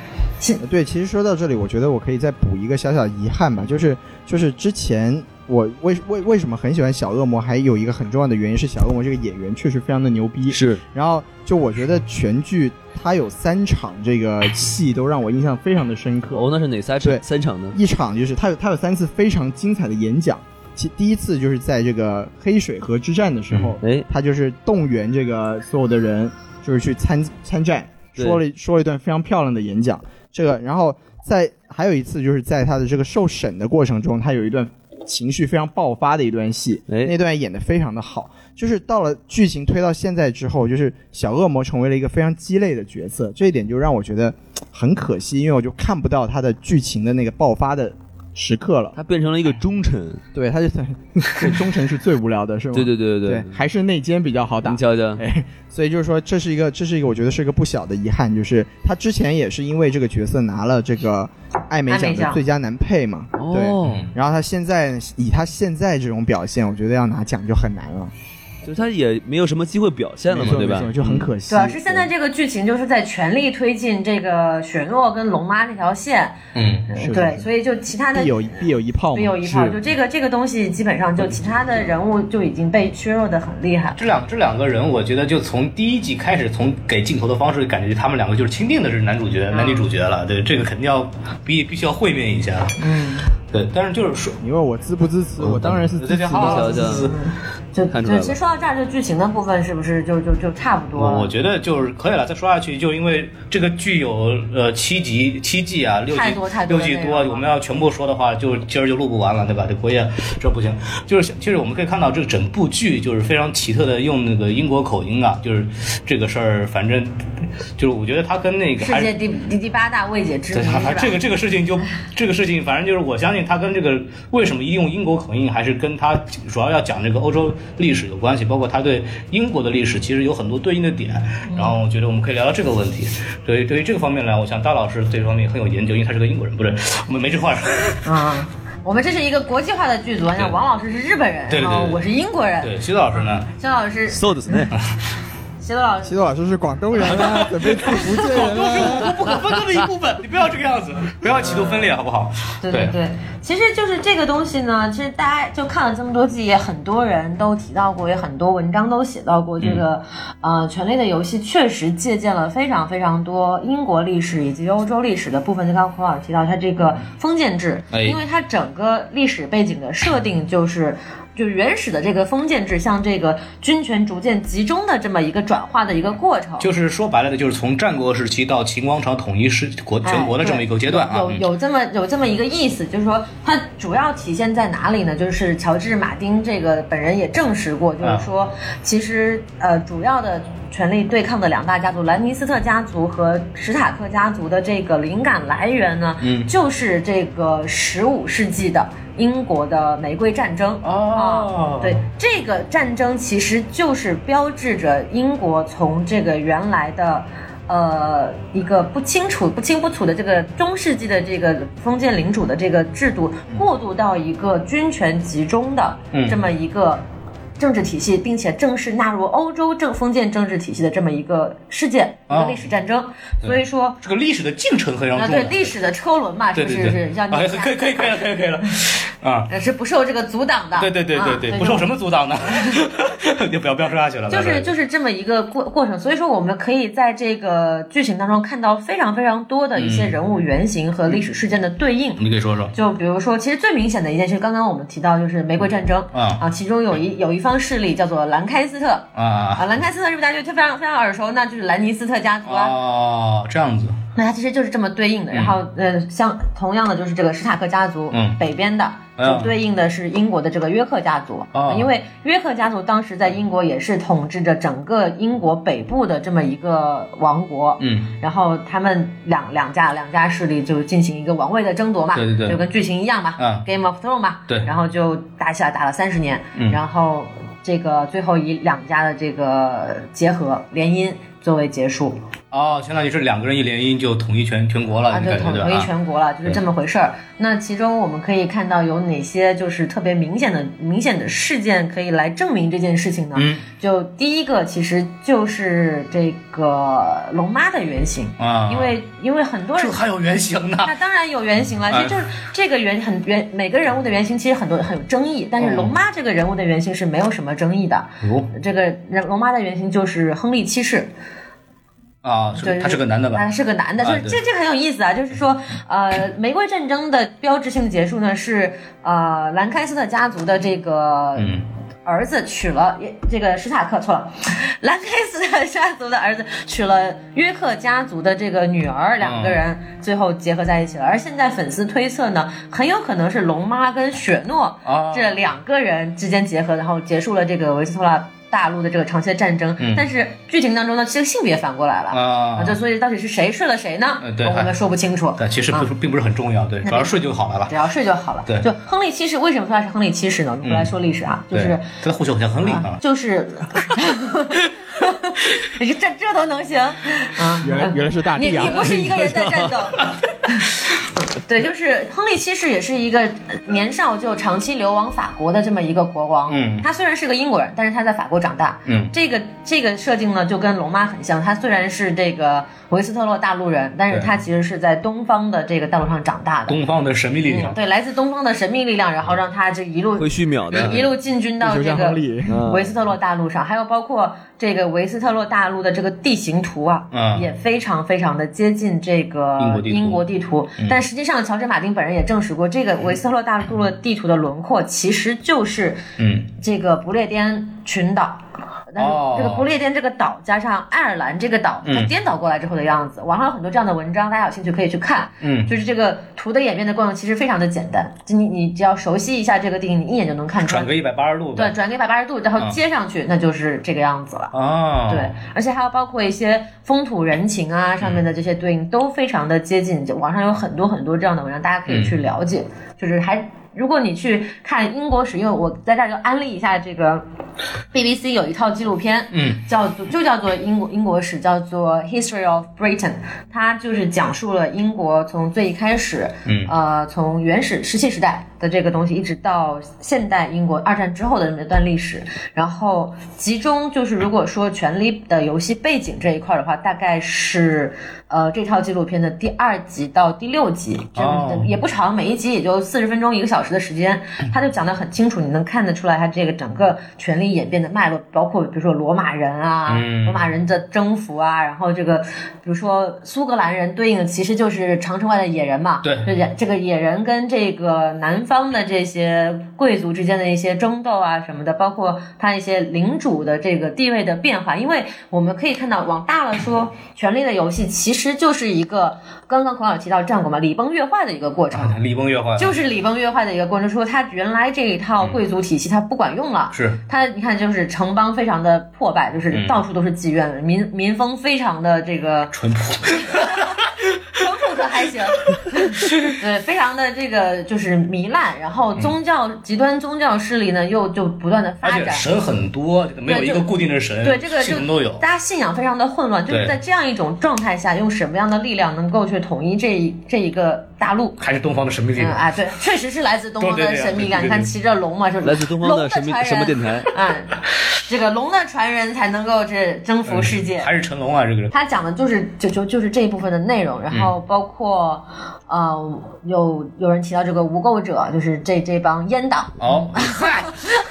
Speaker 3: 对，其实说到这里，我觉得我可以再补一个小小遗憾吧，就是就是之前我为为为什么很喜欢小恶魔，还有一个很重要的原因是小恶魔这个演员确实非常的牛逼。
Speaker 4: 是
Speaker 3: 然后就我觉得全剧他有三场这个戏都让我印象非常的深刻。
Speaker 4: 哦，那是哪三
Speaker 3: 对
Speaker 4: 场？三场呢？
Speaker 3: 一场就是他有他有三次非常精彩的演讲，其第一次就是在这个黑水河之战的时候，
Speaker 4: 哎，
Speaker 3: 他就是动员这个所有的人，就是去参参战，
Speaker 4: 对
Speaker 3: 说了说了一段非常漂亮的演讲。这个，然后在还有一次就是在他的这个受审的过程中，他有一段情绪非常爆发的一段戏，
Speaker 4: 哎
Speaker 3: 那段演得非常的好。就是到了剧情推到现在之后，就是小恶魔成为了一个非常鸡肋的角色，这一点就让我觉得嘖很可惜，因为我就看不到他的剧情的那个爆发的时刻了。
Speaker 4: 他变成了一个忠臣。
Speaker 3: 对，他就 对忠诚是最无聊的，是吗？
Speaker 4: 对对对
Speaker 3: 对
Speaker 4: 对，
Speaker 3: 还是内奸比较好打
Speaker 4: 你。瞧瞧，
Speaker 3: 哎，所以就是说，这是一个，这是一个，我觉得是一个不小的遗憾，就是他之前也是因为这个角色拿了这个艾美
Speaker 1: 艾
Speaker 3: 奖
Speaker 1: 美
Speaker 3: 的
Speaker 1: 奖
Speaker 3: 最佳男配嘛，对。
Speaker 4: 哦，
Speaker 3: 然后他现在以他现在这种表现，我觉得要拿奖就很难了，
Speaker 4: 就是他也没有什么机会表现了
Speaker 3: 没
Speaker 4: 嘛，
Speaker 3: 错
Speaker 4: 对吧
Speaker 3: 没
Speaker 4: 嗯
Speaker 3: 错，？就很可惜。
Speaker 1: 主啊要是现在这个剧情就是在全力推进这个雪诺跟龙妈那条线，
Speaker 5: 嗯，
Speaker 3: 是的
Speaker 1: 对，
Speaker 3: 是的
Speaker 1: 所以就其他的
Speaker 3: 必有一必有一炮嘛，
Speaker 1: 没有一炮，
Speaker 3: 是
Speaker 1: 就这个这个东西基本上就其他的人物就已经被削弱的很厉害。
Speaker 2: 这两这两个人，我觉得就从第一季开始，从给镜头的方式，感觉他们两个就是钦定的是男主角、男女主角了。对，这个肯定要必必须要会面一下。
Speaker 1: 嗯，
Speaker 2: 对，但是就是说，
Speaker 3: 你问我支不支持，我当然是支持
Speaker 2: 对对，好啊好
Speaker 3: 的。
Speaker 4: 瞧
Speaker 2: 好
Speaker 4: 瞧
Speaker 2: 是是
Speaker 1: 就
Speaker 4: 看出
Speaker 1: 就
Speaker 4: 来了
Speaker 1: 其实说到这儿，就剧情的部分是不是就就就差不多
Speaker 2: 我
Speaker 1: 了？
Speaker 2: 我觉得就是可以了，再说下去，就因为这个剧有呃七集、七季啊，六季
Speaker 1: 太多太多的
Speaker 2: 六季
Speaker 1: 内容
Speaker 2: 多，
Speaker 1: 了
Speaker 2: 我们要全部说的话，就今儿就录不完了，对吧？这国宴这不行。就是其实我们可以看到，这整部剧就是非常奇特的用那个英国口音啊，就是这个事儿，反正就是我觉得它跟那个还
Speaker 1: 世
Speaker 2: 是
Speaker 1: 界第第第八大未解之谜
Speaker 2: 对
Speaker 1: 是
Speaker 2: 他，
Speaker 1: 吧
Speaker 2: 他？这个这个事情就这个事情，反正就是我相信他跟这个为什么用英国口音，还是跟他主要要讲这个欧洲历史有关系，包括他对英国的历史其实有很多对应的点。然后我觉得我们可以聊聊这个问题。对于对于这个方面来，我想大老师对这方面很有研究，因为他是个英国人，不是我们没这话说。
Speaker 1: 啊，我们这是一个国际化的剧组，像王老师是日本人，
Speaker 2: 对对对
Speaker 1: 然后
Speaker 2: 对
Speaker 1: 我是英国人，
Speaker 2: 对，徐老师呢？
Speaker 1: 肖老师、
Speaker 4: そうですね。
Speaker 1: 席多老
Speaker 3: 齐
Speaker 1: 师，
Speaker 3: 老师是广东人啊，准备做福建 人啊。
Speaker 2: 不可分割的一部分，你不要这个样子，不要企图分裂，好不好？
Speaker 1: 对对对，其实就是这个东西呢，其实大家就看了这么多季，也很多人都提到过，也很多文章都写到过这个，呃，《权力的游戏》确实借鉴了非常非常多英国历史以及欧洲历史的部分。就刚刚孔老师提到它这个封建制，
Speaker 2: 哎
Speaker 1: 因为它整个历史背景的设定就是。就是原始的这个封建制向这个军权逐渐集中的这么一个转化的一个过程，
Speaker 2: 就是说白了的，就是从战国时期到秦王朝统一世国
Speaker 1: 哎
Speaker 2: 全国的这么一个阶段啊。
Speaker 1: 有
Speaker 2: 嗯
Speaker 1: 有这么有这么一个意思，就是说它主要体现在哪里呢？就是乔治·马丁这个本人也证实过，
Speaker 2: 啊
Speaker 1: 就是说，其实呃，主要的权力对抗的两大家族——兰尼斯特家族和史塔克家族的这个灵感来源呢，
Speaker 2: 嗯
Speaker 1: 就是这个十五世纪的英国的玫瑰战争。
Speaker 2: 哦
Speaker 1: 啊，对，这个战争其实就是标志着英国从这个原来的。呃，一个不清楚、不清不楚的这个中世纪的这个封建领主的这个制度，过渡到一个军权集中的
Speaker 2: 嗯
Speaker 1: 这么一个政治体系，并且正式纳入欧洲正封建政治体系的这么一个事件，一
Speaker 2: 哦
Speaker 1: 个历史战争。所以说，
Speaker 2: 这个历史的进程非常
Speaker 1: 啊，
Speaker 2: 重要。
Speaker 1: 对历史的车轮嘛，是
Speaker 2: 对
Speaker 1: 不
Speaker 2: 对
Speaker 1: 是
Speaker 2: 对
Speaker 1: 是要
Speaker 2: 啊，
Speaker 1: 念
Speaker 2: 可以可以可以了，可以可以了，啊，
Speaker 1: 呃，是不受这个阻挡的。
Speaker 2: 对对对
Speaker 1: 啊
Speaker 2: 对对，不受
Speaker 1: 就
Speaker 2: 什么阻 挡呢？就不要不要说下去了，
Speaker 1: 就是
Speaker 2: 拜拜
Speaker 1: 就是这么一个过过程，所以说我们可以在这个剧情当中看到非常非常多的一些人物原型和历史事件的对应。
Speaker 2: 你可以说说，
Speaker 1: 就比如说，其实最明显的一件事，刚刚我们提到就是玫瑰战争
Speaker 2: 啊
Speaker 1: 啊，其中有一有一方势力叫做兰开斯特
Speaker 2: 啊
Speaker 1: 啊，兰开斯特是不是大家就非常非常耳熟？那就是兰尼斯特家族啊，
Speaker 2: 哦，这样子，
Speaker 1: 那它其实就是这么对应的。然后呃，像同样的就是这个史塔克家族，
Speaker 2: 嗯
Speaker 1: 北边的。
Speaker 2: 嗯
Speaker 1: 就对应的是英国的这个约克家族，啊
Speaker 2: 哦
Speaker 1: 因为约克家族当时在英国也是统治着整个英国北部的这么一个王国，
Speaker 2: 嗯，
Speaker 1: 然后他们两两家两家势力就进行一个王位的争夺嘛，
Speaker 2: 对对对
Speaker 1: 就跟剧情一样嘛、
Speaker 2: 嗯
Speaker 1: g a m e of Thrones 嘛，
Speaker 2: 对
Speaker 1: 然后就打起来打了三十年，
Speaker 2: 嗯
Speaker 1: 然后这个最后以两家的这个结合联姻作为结束，
Speaker 2: 哦，相当于是两个人一联姻就统一全全国了，
Speaker 1: 啊，
Speaker 2: 你
Speaker 1: 就
Speaker 2: 感觉
Speaker 1: 统
Speaker 2: 对
Speaker 1: 统一
Speaker 2: 吧？
Speaker 1: 全国了，就是这么回事儿。那其中我们可以看到有哪些就是特别明显的、明显的事件可以来证明这件事情呢？
Speaker 2: 嗯
Speaker 1: 就第一个其实就是这个龙妈的原型，
Speaker 2: 啊啊，
Speaker 1: 因为因为很多人
Speaker 2: 这还哎有原型呢，
Speaker 1: 那当然有原型了，其实就是这个原很原每个人物的原型其实很多很有争议，但是龙妈这个人物的原型是没有什么争议的。
Speaker 2: 哦
Speaker 1: 这个人龙妈的原型就是亨利七世，
Speaker 2: 啊，是
Speaker 1: 对，
Speaker 2: 他是个男的吧
Speaker 1: 啊，？是个男的，就是、
Speaker 2: 啊对
Speaker 1: 这这很有意思啊，就是说，呃，玫瑰战争的标志性的结束呢是呃兰开斯特家族的这个
Speaker 2: 嗯，
Speaker 1: 儿子娶了、这个史塔克错了，兰开斯特家族的儿子娶了约克家族的这个女儿，两
Speaker 2: 嗯
Speaker 1: 个人最后结合在一起了。而现在粉丝推测呢，很有可能是龙妈跟雪诺
Speaker 2: 啊
Speaker 1: 这两个人之间结合，然后结束了这个维斯托拉。大陆的这个长期的战争，
Speaker 2: 嗯
Speaker 1: 但是剧情当中呢，其实性别反过来了。
Speaker 2: 啊
Speaker 1: 啊，就所以到底是谁睡了谁呢？
Speaker 2: 嗯对
Speaker 1: 我
Speaker 2: 还
Speaker 1: 们说不清楚。
Speaker 2: 但其实不是，并不是很重要，对，
Speaker 1: 啊那
Speaker 2: 主要睡就好了啦
Speaker 1: 只。要睡就好了。
Speaker 2: 对嗯
Speaker 1: 就亨利七世为什么说他是亨利七世呢？我们回来说历史啊，就是
Speaker 2: 对他互相很很理
Speaker 1: 啊
Speaker 2: 啊，，
Speaker 1: 就是， 你这这都能行啊？
Speaker 3: 原来原来是大
Speaker 1: 你
Speaker 3: 地
Speaker 1: 你
Speaker 3: 啊！
Speaker 1: 不是一个人在 战斗。对，就是亨利七世也是一个年少就长期流亡法国的这么一个国王。
Speaker 2: 嗯
Speaker 1: 他虽然是个英国人，但是他在法国长大。
Speaker 2: 嗯
Speaker 1: 这个这个设定呢，就跟龙妈很像。他虽然是这个维斯特洛大陆人，但是他其实是在东方的这个大陆上长大的。
Speaker 2: 啊东方的嗯神秘力
Speaker 1: 嗯
Speaker 2: 量，，
Speaker 1: 对，来自东方的神秘力量，然后让他这一路
Speaker 4: 会续秒
Speaker 2: 嗯
Speaker 4: 的，
Speaker 1: 一路进军到
Speaker 3: 就
Speaker 1: 这
Speaker 3: 像
Speaker 1: 个
Speaker 3: 亨利，
Speaker 4: 嗯
Speaker 1: 维斯特洛大陆上，还有包括这个维斯特洛大陆的这个地形图啊，
Speaker 2: 嗯
Speaker 1: 也非常非常的接近这个
Speaker 2: 英国地图嗯
Speaker 1: 英国地图。但实际上，乔治马丁本人也证实过，这个维斯特洛大陆的地图的轮廓其实就是
Speaker 2: 嗯，
Speaker 1: 这个不列颠群岛。但是
Speaker 2: 哦
Speaker 1: 这个不列颠这个岛加上爱尔兰这个岛，它
Speaker 2: 嗯
Speaker 1: 颠倒过来之后的样子，网上有很多这样的文章，大家有兴趣可以去看。
Speaker 2: 嗯
Speaker 1: 就是这个图的演变的过程其实非常的简单，就你你只要熟悉一下这个地形，你一眼就能看出来
Speaker 2: 转个一百八十度
Speaker 1: 对，
Speaker 2: 呗。
Speaker 1: 转个一百八十度，然后
Speaker 2: 嗯
Speaker 1: 接上去，那就是这个样子了。
Speaker 2: 啊，
Speaker 1: 对，而且还有包括一些风土人情
Speaker 2: 嗯
Speaker 1: 啊上面的这些对应都非常的接近，就网上有很多很多这样的文章，大家可以
Speaker 2: 嗯
Speaker 1: 去了解。就是还如果你去看英国史，因为我在这儿就安利一下这个 BBC 有一套纪录片，
Speaker 2: 嗯，
Speaker 1: 叫做就叫做英国英国史，叫做 History of Britain，它就是讲述了英国从最一开始，
Speaker 2: 嗯
Speaker 1: 呃，从原始石器时代的这个东西，一直到现代英国二战之后的这么一段历史。然后集中就是如果说《权力的游戏》背景这一块的话，大概是呃这套纪录片的第二集到第六集，这样的
Speaker 2: 哦
Speaker 1: 也不长，每一集也就四十分钟一个小时的时间，
Speaker 2: 嗯
Speaker 1: 他就讲得很清楚，你能看得出来他这个整个权力演变的脉络，包括比如说罗马人啊，
Speaker 2: 嗯
Speaker 1: 罗马人的征服啊，然后这个比如说苏格兰人对应的其实就是长城外的野人嘛，
Speaker 2: 对
Speaker 1: 就野这个野人跟这个南方的这些贵族之间的一些争斗啊什么的，包括他一些领主的这个地位的变化，因为我们可以看到往大了说，《权力的游戏》其实就是一个刚刚孔老师提到战国嘛，礼崩乐坏的一个过程。
Speaker 2: 啊，礼崩乐坏了
Speaker 1: 就是礼崩乐坏的一个过程，说他原来这一套贵族体系它不管用了，
Speaker 2: 是
Speaker 1: 他你看就是城邦非常的破败，就是
Speaker 2: 嗯
Speaker 1: 到处都是妓院，民民风非常的这个
Speaker 2: 淳朴，
Speaker 1: 淳朴的还 行，对，非常的这个就是糜烂，然后宗教、极端宗教势力呢又就不断的
Speaker 2: 嗯而
Speaker 1: 发
Speaker 2: 且
Speaker 1: 展。
Speaker 2: 神很多，没有
Speaker 1: 对
Speaker 2: 一
Speaker 1: 就
Speaker 2: 个固定的神，
Speaker 1: 对这个
Speaker 2: 什
Speaker 1: 就
Speaker 2: 么都有。
Speaker 1: 大家信仰非常的混乱，就是
Speaker 2: 对
Speaker 1: 在这样一种状态下，用什么样的力量能够去统一这一这一个大陆？
Speaker 2: 还是东方的神秘力
Speaker 1: 嗯
Speaker 2: 量，
Speaker 1: 啊，对，确实是来自东方
Speaker 2: 对
Speaker 1: 的
Speaker 2: 对对
Speaker 1: 神秘力量。你
Speaker 2: 对对
Speaker 1: 看
Speaker 2: 对
Speaker 1: 骑着龙嘛，就是
Speaker 4: 来自东方
Speaker 1: 龙
Speaker 4: 的
Speaker 1: 的
Speaker 4: 神秘
Speaker 1: 传
Speaker 4: 什么
Speaker 1: 人
Speaker 4: 电台，
Speaker 1: 嗯，这个龙的传人才能够这征
Speaker 2: 嗯
Speaker 1: 服世界。嗯
Speaker 2: 还是成龙啊，这个人
Speaker 1: 他讲的就是就就就是这一部分的内容，然后包括，呃，有有人提到这个无垢者，就是这这帮阉党，
Speaker 2: 哦，嗨，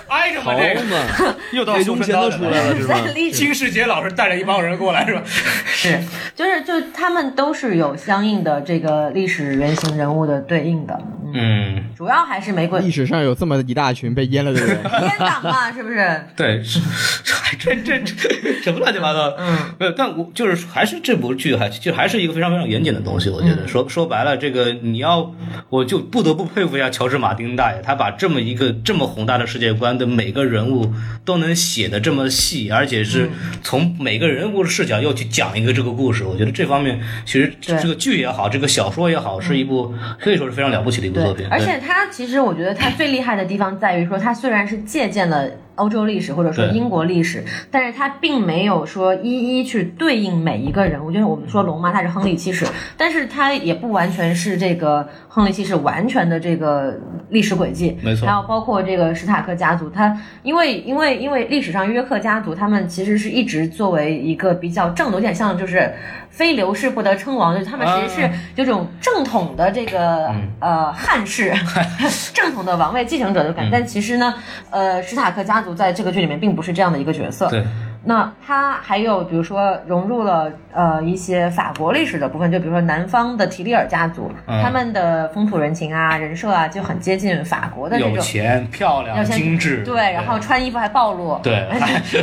Speaker 2: 挨着
Speaker 4: 好
Speaker 2: 嘛这个，
Speaker 4: 嘛，
Speaker 2: 哎又到
Speaker 4: 魏
Speaker 2: 苏
Speaker 4: 忠
Speaker 2: 神
Speaker 4: 贤
Speaker 2: 刀
Speaker 4: 都出来了是吧？
Speaker 1: 在历史
Speaker 2: 青世杰老师带着一帮人过来是吧？
Speaker 1: 是就是就他们都是有相应的这个历史原型人物的对应的，嗯，
Speaker 2: 嗯，
Speaker 1: 主要还是玫瑰
Speaker 3: 历史上有这么一大群被阉了的 人，
Speaker 1: 阉党嘛，是不是？
Speaker 2: 对，是， 还真这这什么乱七八糟。
Speaker 1: 嗯，
Speaker 2: 没有，但我就是还是这部剧还就还是一个非常非常严谨的东西。我觉
Speaker 1: 嗯
Speaker 2: 得说说白了，这个你要我就不得不佩服一下乔治马丁大爷，他把这么一个这么宏大的世界观的每个人物都能写的这么细，而且
Speaker 1: 嗯
Speaker 2: 是从每个人物的视角又去讲一个这个故事。我觉得这方面其实
Speaker 1: 对嗯
Speaker 2: 这个剧也好，这个小说也好，是一部可以说是非常了不起的一部
Speaker 1: 对
Speaker 2: 作品。，
Speaker 1: 而且它其实我觉得它最厉害的地方在于说，它虽然是借鉴了欧洲历史或者说
Speaker 2: 对
Speaker 1: 英国历史，但是它并没有说一一去对应每一个人物。就是我们说龙妈她是亨利七世，但是她也不完全是这个亨利七世完全的这个历史轨迹。
Speaker 2: 没错
Speaker 1: 还有包括这个史塔克家族，他因为因为因为历史上约克家族他们其实是一直作为一个比较正的，有点像就是非刘氏不得称王，就是他们其实是有种正统的这个、
Speaker 2: 嗯
Speaker 1: 呃汉 室正统的王
Speaker 2: 嗯
Speaker 1: 位继承者的感觉。但其实呢，呃，史塔克家族在这个剧里面并不是这样的一个角色。
Speaker 2: 对，
Speaker 1: 那它还有比如说融入了呃一些法国历史的部分，就比如说南方的提里尔家族，
Speaker 2: 嗯
Speaker 1: 他们的风土人情啊、人设啊，就很接近法国的这
Speaker 2: 有
Speaker 1: 种。
Speaker 2: 钱、漂
Speaker 1: 要
Speaker 2: 亮、
Speaker 1: 先
Speaker 2: 精致，
Speaker 1: 对，然后穿衣服还暴露，
Speaker 2: 对
Speaker 1: 就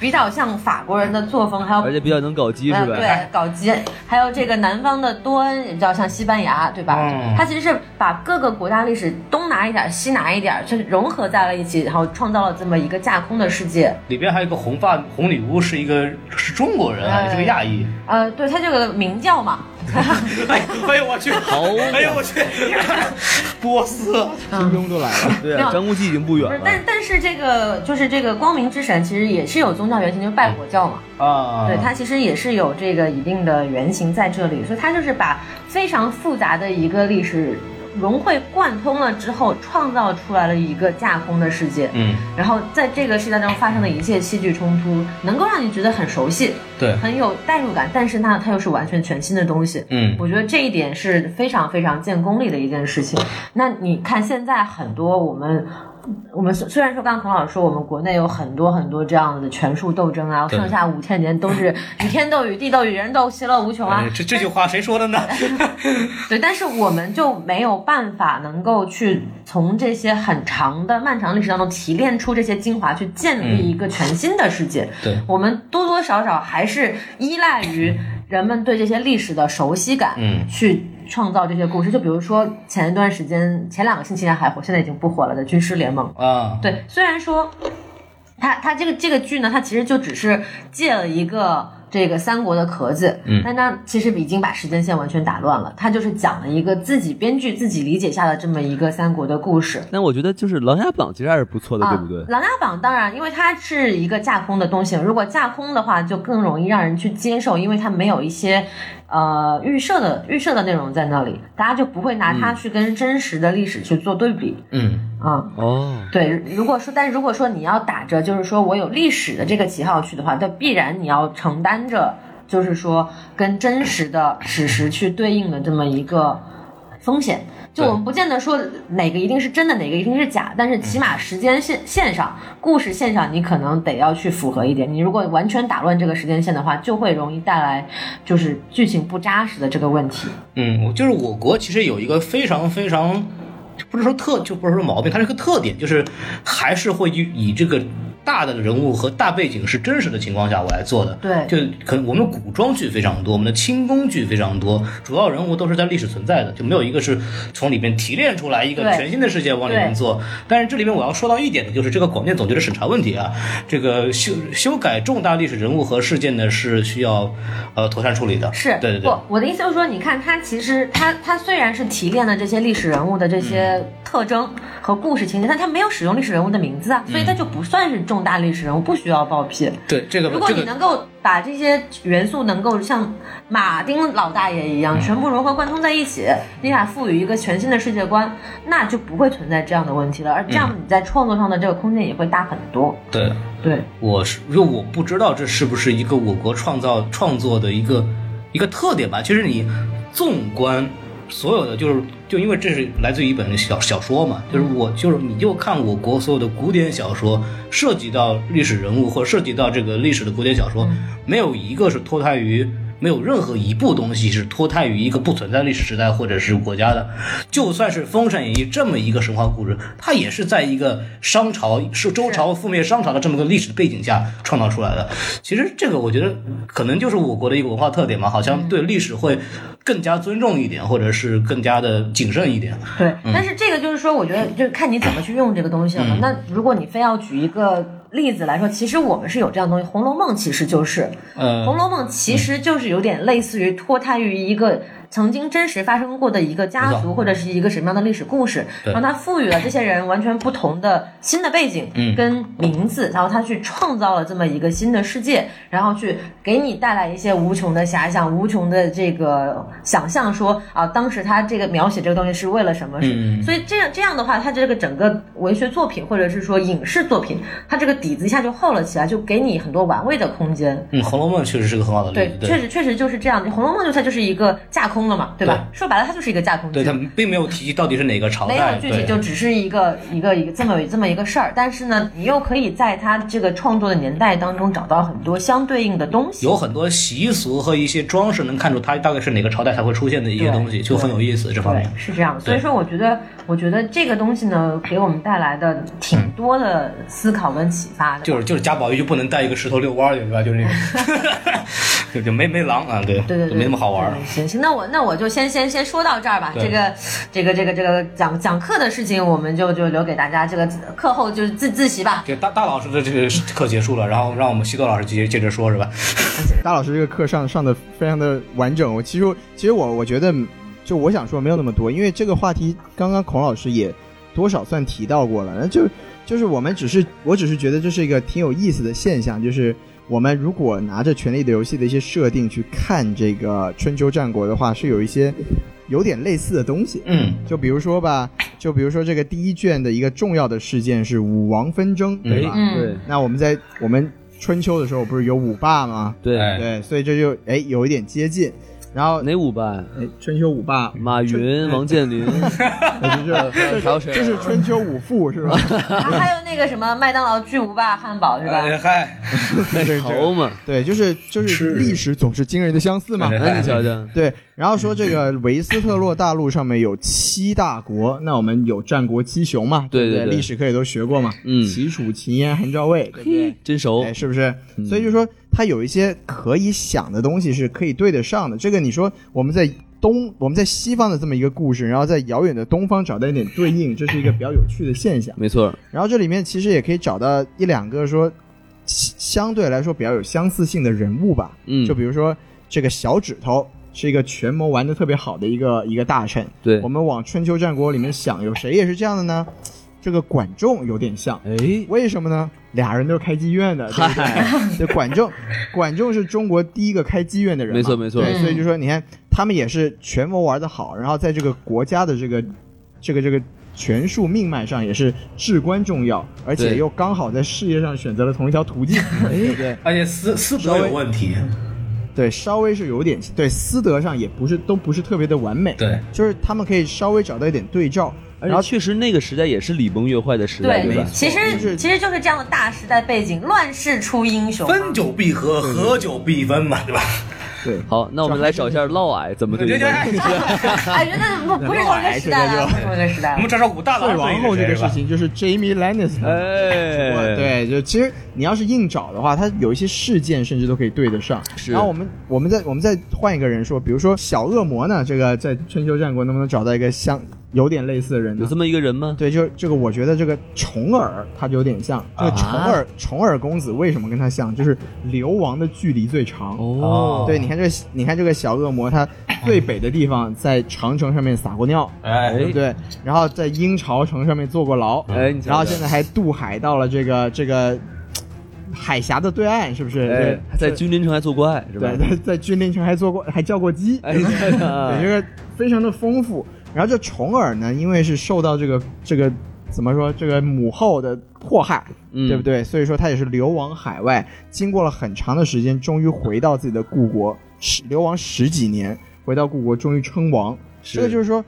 Speaker 1: 比较像法国人的作风，还有
Speaker 4: 而且比较能搞基是吧？
Speaker 1: 嗯、对，搞基，还有这个南方的多恩，也比较像西班牙，对吧？
Speaker 2: 嗯
Speaker 1: 它其实是把各个国家历史东拿一点儿，西拿一点儿，就是融合在了一起，然后创造了这么一个架空的世界。
Speaker 2: 里边还有一个红发红女巫，是一个是中国人啊，
Speaker 1: 哎
Speaker 2: 也是个亚裔，
Speaker 1: 呃，对，它这个名叫嘛，
Speaker 6: 哎哎呦我去，
Speaker 4: 好，
Speaker 2: 哎呦我去，波斯，
Speaker 3: 金庸都来了，
Speaker 4: 对啊，张无忌已经不远
Speaker 1: 不是，
Speaker 4: 了
Speaker 1: 但。但是这个就是这个光明之神，其实也是有宗教原型，就是拜火教嘛。
Speaker 2: 啊，
Speaker 1: 对，它其实也是有这个一定的原型在这里，所以它就是把非常复杂的一个历史融会贯通了之后，创造出来了一个架空的世界。
Speaker 2: 嗯，
Speaker 1: 然后在这个世界当中发生的一切戏剧冲突，能够让你觉得很熟悉，
Speaker 2: 对，
Speaker 1: 很有代入感，但是呢，它又是完全全新的东西。
Speaker 2: 嗯，
Speaker 1: 我觉得这一点是非常非常见功力的一件事情。那你看现在很多我们。我们虽虽然说，刚刚孔老师说，我们国内有很多很多这样的权术斗争啊，
Speaker 2: 对
Speaker 1: 上下五千年都是 与天斗、与地斗、与人斗，其乐无穷啊
Speaker 2: 哎。这这句话谁说的呢？
Speaker 1: 对，但是我们就没有办法能够去从这些很长的漫长历史当中提炼出这些精华，去建立一个全新的世界。
Speaker 2: 嗯对
Speaker 1: 我们多多少少还是依赖于人们对这些历史的熟悉感，
Speaker 2: 嗯
Speaker 1: 去创造这些故事。就比如说前一段时间，前两个星期还火，现在已经不火了的《军师联盟》。
Speaker 2: 啊，
Speaker 1: 对，虽然说它它这个这个剧呢，它其实就只是借了一个这个三国的壳子，嗯，但它其实已经把时间线完全打乱了。它就是讲了一个自己编剧自己理解下的这么一个三国的故事。
Speaker 4: 但我觉得就是《琅琊榜》其实还是不错的，对不对
Speaker 1: 啊？？琅琊榜当然，因为它是一个架空的东西，如果架空的话，就更容易让人去接受，因为它没有一些呃预设的预设的内容在那里，大家就不会拿
Speaker 4: 嗯
Speaker 1: 它去跟真实的历史去做对比
Speaker 2: 嗯，
Speaker 1: 啊。
Speaker 4: 哦，
Speaker 1: 对，如果说，但如果说你要打着就是说我有历史的这个旗号去的话，那必然你要承担着就是说跟真实的史实去对应的这么一个风险。就
Speaker 2: 对
Speaker 1: 我们不见得说哪个一定是真的，哪个一定是假，但是起码时间线线上、故事线上，你可能得要去符合一点。你如果完全打乱这个时间线的话，就会容易带来就是剧情不扎实的这个问题。
Speaker 2: 嗯，我就是我国其实有一个非常非常，不是说特就不是说毛病，它是个特点，就是还是会以以这个大的人物和大背景是真实的情况下我来做的。
Speaker 1: 对
Speaker 2: 就可能我们的古装剧非常多，我们的清宫剧非常多，主要人物都是在历史存在的，就没有一个是从里面提炼出来一个
Speaker 1: 对
Speaker 2: 全新的世界往里面做。但是这里面我要说到一点的就是这个广电总局的审查问题啊，这个修修改重大历史人物和事件呢是需要呃妥善处理的。
Speaker 1: 是，
Speaker 2: 对对对
Speaker 1: 不，，我的意思就是说，你看它其实它它虽然是提炼了这些历史人物的这些
Speaker 2: 嗯
Speaker 1: 特征和故事情节，但它没有使用历史人物的名字啊，所以它就不算是重大历史人物，不需要报批。
Speaker 2: 对嗯这个
Speaker 1: 如果
Speaker 2: 这
Speaker 1: 你
Speaker 2: 个
Speaker 1: 能够把这些元素能够像马丁老大爷一
Speaker 2: 嗯
Speaker 1: 样全部融合贯通在一起，你俩赋予一个全新的世界观，那就不会存在这样的问题了。而这
Speaker 2: 嗯
Speaker 1: 样你在创作上的这个空间也会大很多。
Speaker 2: 对。
Speaker 1: 对，
Speaker 2: 我是因为我不知道这是不是一个我国创造创作的一个一个特点吧。其实你纵观所有的，就是就因为这是来自于一本小小说嘛，就是我就是你就看我国所有的古典小说，涉及到历史人物或涉及到这个历史的古典小说，没有一个是脱胎于。没有任何一部东西是脱胎于一个不存在历史时代或者是国家的，就算是《封神演义》这么一个神话故事，它也是在一个商朝、是周朝覆灭商朝的这么个历史背景下创造出来的。其实这个我觉得可能就是我国的一个文化特点嘛，好像对历史会更加尊重一点，或者是更加的谨慎一点。
Speaker 1: 对，但是这个就是说，我觉得就是看你怎么去用这个东西了嘛。那如果你非要举一个例子来说，其实我们是有这样东西，《红楼梦》其实就是，
Speaker 2: 呃，
Speaker 1: 红楼梦》其实就是有点类似于脱胎于一个曾经真实发生过的一个家
Speaker 2: 没
Speaker 1: 族或者是一个什么样的历史故事，
Speaker 2: 对
Speaker 1: 然后它赋予了这些人完全不同的新的背景
Speaker 2: 嗯
Speaker 1: 跟名字，然后它去创造了这么一个新的世界，然后去给你带来一些无穷的遐想、无穷的这个想象说，啊，当时他这个描写这个东西是为了什么事？
Speaker 2: 嗯
Speaker 1: 所以这样这样的话，它这个整个文学作品或者是说影视作品，它这个底子一下就厚了起来，就给你很多玩味的空间。
Speaker 2: 嗯，《红楼梦》确实是个很好的例
Speaker 1: 对
Speaker 2: 子，。
Speaker 1: 确实确实就是这样。《红楼梦》就它就是一个架空空了嘛，对吧？说白了，它就是一个架空剧。
Speaker 2: 对他们并没有提及到底是哪个朝
Speaker 1: 没有
Speaker 2: 代，
Speaker 1: 具体，
Speaker 2: 对
Speaker 1: 就只是一个一个一个这么这么一个事儿。但是呢，你又可以在它这个创作的年代当中找到很多相对应的东西。
Speaker 2: 有很多习俗和一些装饰能看出它大概是哪个朝代才会出现的一些东西，就很有意思这方
Speaker 1: 对
Speaker 2: 面，。
Speaker 1: 是这样。所以
Speaker 2: 对
Speaker 1: 说，我觉得，我觉得这个东西呢，给我们带来的挺多的思考跟启发的。
Speaker 2: 嗯就是就是贾宝玉就不能带一个石头遛弯儿去，对吧？就是那 种，就就没没狼啊，对，
Speaker 1: 对对
Speaker 2: 就
Speaker 1: 对，
Speaker 2: 没那么好玩儿。
Speaker 1: 对行行，那我那我就先先先说到这儿吧。
Speaker 2: 对
Speaker 1: 这个这个这个这个讲讲课的事情，我们就就留给大家。这个课后就是自自习吧。
Speaker 2: 这大大老师的这个课结束了，然后让我们西多老师接接着说，是吧？
Speaker 3: 大老师这个课上上的非常的完整。我其实其实我我觉得，就我想说没有那么多，因为这个话题刚刚孔老师也多少算提到过了。那就就是我们只是我只是觉得这是一个挺有意思的现象，就是我们如果拿着《权力的游戏》的一些设定去看这个春秋战国的话，是有一些有点类似的东西。
Speaker 2: 嗯，
Speaker 3: 就比如说吧，就比如说这个第一卷的一个重要的事件是武王纷争，对吧？
Speaker 1: 嗯
Speaker 4: 对
Speaker 3: 那我们在我们春秋的时候不是有五霸吗？
Speaker 4: 对，
Speaker 2: 哎
Speaker 3: 对，所以这就哎有一点接近。然后
Speaker 4: 哪五霸？
Speaker 3: 哎，春秋五霸，
Speaker 4: 马云、王 健林，
Speaker 3: 那呃就是
Speaker 4: 还有
Speaker 3: 这
Speaker 4: 谁
Speaker 3: 是这是春秋五富是吧？
Speaker 1: 然后还有那个什么麦当劳巨无霸汉堡是吧？
Speaker 2: 哎嗨，
Speaker 4: 头嘛，
Speaker 3: 对，就是就是
Speaker 2: 是
Speaker 3: 历史总是惊人的相似嘛。
Speaker 2: 对
Speaker 4: 那你瞧瞧，
Speaker 3: 对，然后说这个维斯特洛大陆上面有七大国，那我们有战国七雄嘛？
Speaker 4: 对
Speaker 3: 不
Speaker 4: 对对
Speaker 3: 历史课也都学过嘛。
Speaker 4: 嗯
Speaker 3: 齐楚秦燕韩赵魏，对不对？
Speaker 4: 真熟
Speaker 3: 哎，，是不是？
Speaker 4: 嗯
Speaker 3: 所以就说它有一些可以想的东西是可以对得上的。这个你说我们在东，我们在西方的这么一个故事，然后在遥远的东方找到一点对应，这是一个比较有趣的现象。
Speaker 4: 没错，
Speaker 3: 然后这里面其实也可以找到一两个说相相对来说比较有相似性的人物吧，
Speaker 4: 嗯
Speaker 3: 就，比如说这个小指头。是一个权谋玩的特别好的一个一个大臣。
Speaker 4: 对
Speaker 3: 我，们往春秋战国里面想，有谁也是这样的呢？这个管仲有点像，
Speaker 4: 哎，
Speaker 3: 为什么呢？俩人都是开妓院的，对不对？ 对，管仲，管仲是中国第一个开妓院的人嘛，
Speaker 4: 没错没错
Speaker 3: 对，
Speaker 1: 嗯
Speaker 3: 所以就说你看，他们也是权谋玩的好，然后在这个国家的这个这个这个权术命脉上也是至关重要，而且
Speaker 4: 对哎
Speaker 3: 又刚好在事业上选择了同一条 途径，对不对？
Speaker 2: 而且私私德有问题，
Speaker 3: 对，稍微是有点对私德上也不是都不是特别的完美，
Speaker 2: 对，
Speaker 3: 就是他们可以稍微找到一点对照，然
Speaker 4: 而且
Speaker 3: 后
Speaker 4: 确实那个时代也是礼崩乐坏的时代，对
Speaker 1: 对
Speaker 4: 吧，？
Speaker 1: 其
Speaker 3: 就是
Speaker 1: 实其实就是这样的大时代背景，乱世出英雄嘛。
Speaker 2: 分久必合，合久必分嘛，对吧？
Speaker 3: 对。
Speaker 4: 好，那我们来找一下嫪毐怎么对应 的。
Speaker 1: 哎，觉得不不是同一个时代啊了，不是同一个时代
Speaker 2: 我
Speaker 1: 了
Speaker 2: 们。找找武大
Speaker 3: 最
Speaker 2: 郎
Speaker 3: 王后这个事
Speaker 2: 情，
Speaker 3: 情就是 Jamie Lannister，
Speaker 4: 哎，，
Speaker 3: 对，就其实你要是硬找的话，它有一些事件甚至都可以对得上。
Speaker 4: 是
Speaker 3: 然后我们我们再我们再换一个人说，比如说小恶魔呢，这个在春秋战国能不能找到一个相有点类似的人
Speaker 4: 有
Speaker 3: 呢
Speaker 4: 这？么一个人吗？
Speaker 3: 对，就这个，我觉得这个重耳他就有点像。这个
Speaker 4: 啊
Speaker 3: 重耳、重耳公子为什么跟他像？就是流亡的距离最长。
Speaker 4: 哦，
Speaker 3: 对，你看这，你看这个小恶魔，他最北的地方在长城上面撒过尿，
Speaker 2: 哎
Speaker 3: 对不对？然后在鹰巢城上面坐过牢，
Speaker 4: 哎你瞧瞧
Speaker 3: 然后现在还渡海到了这个这个嘖海峡的对岸，是不是？
Speaker 4: 哎，在
Speaker 3: 对
Speaker 4: 君临城还做过爱是吧？
Speaker 3: 对， 在在君临城还做过，还叫过鸡，
Speaker 4: 哎，对
Speaker 3: 对，这
Speaker 4: 的，
Speaker 3: 个非常的丰富。然后这重耳呢，因为是受到这个这个怎么说这个母后的迫害，
Speaker 4: 嗯
Speaker 3: 对不对？所以说他也是流亡海外，经过了很长的时间，终于回到自己的故国，十流亡十几年，回到故国终于称王。
Speaker 4: 是
Speaker 3: 这个就是说。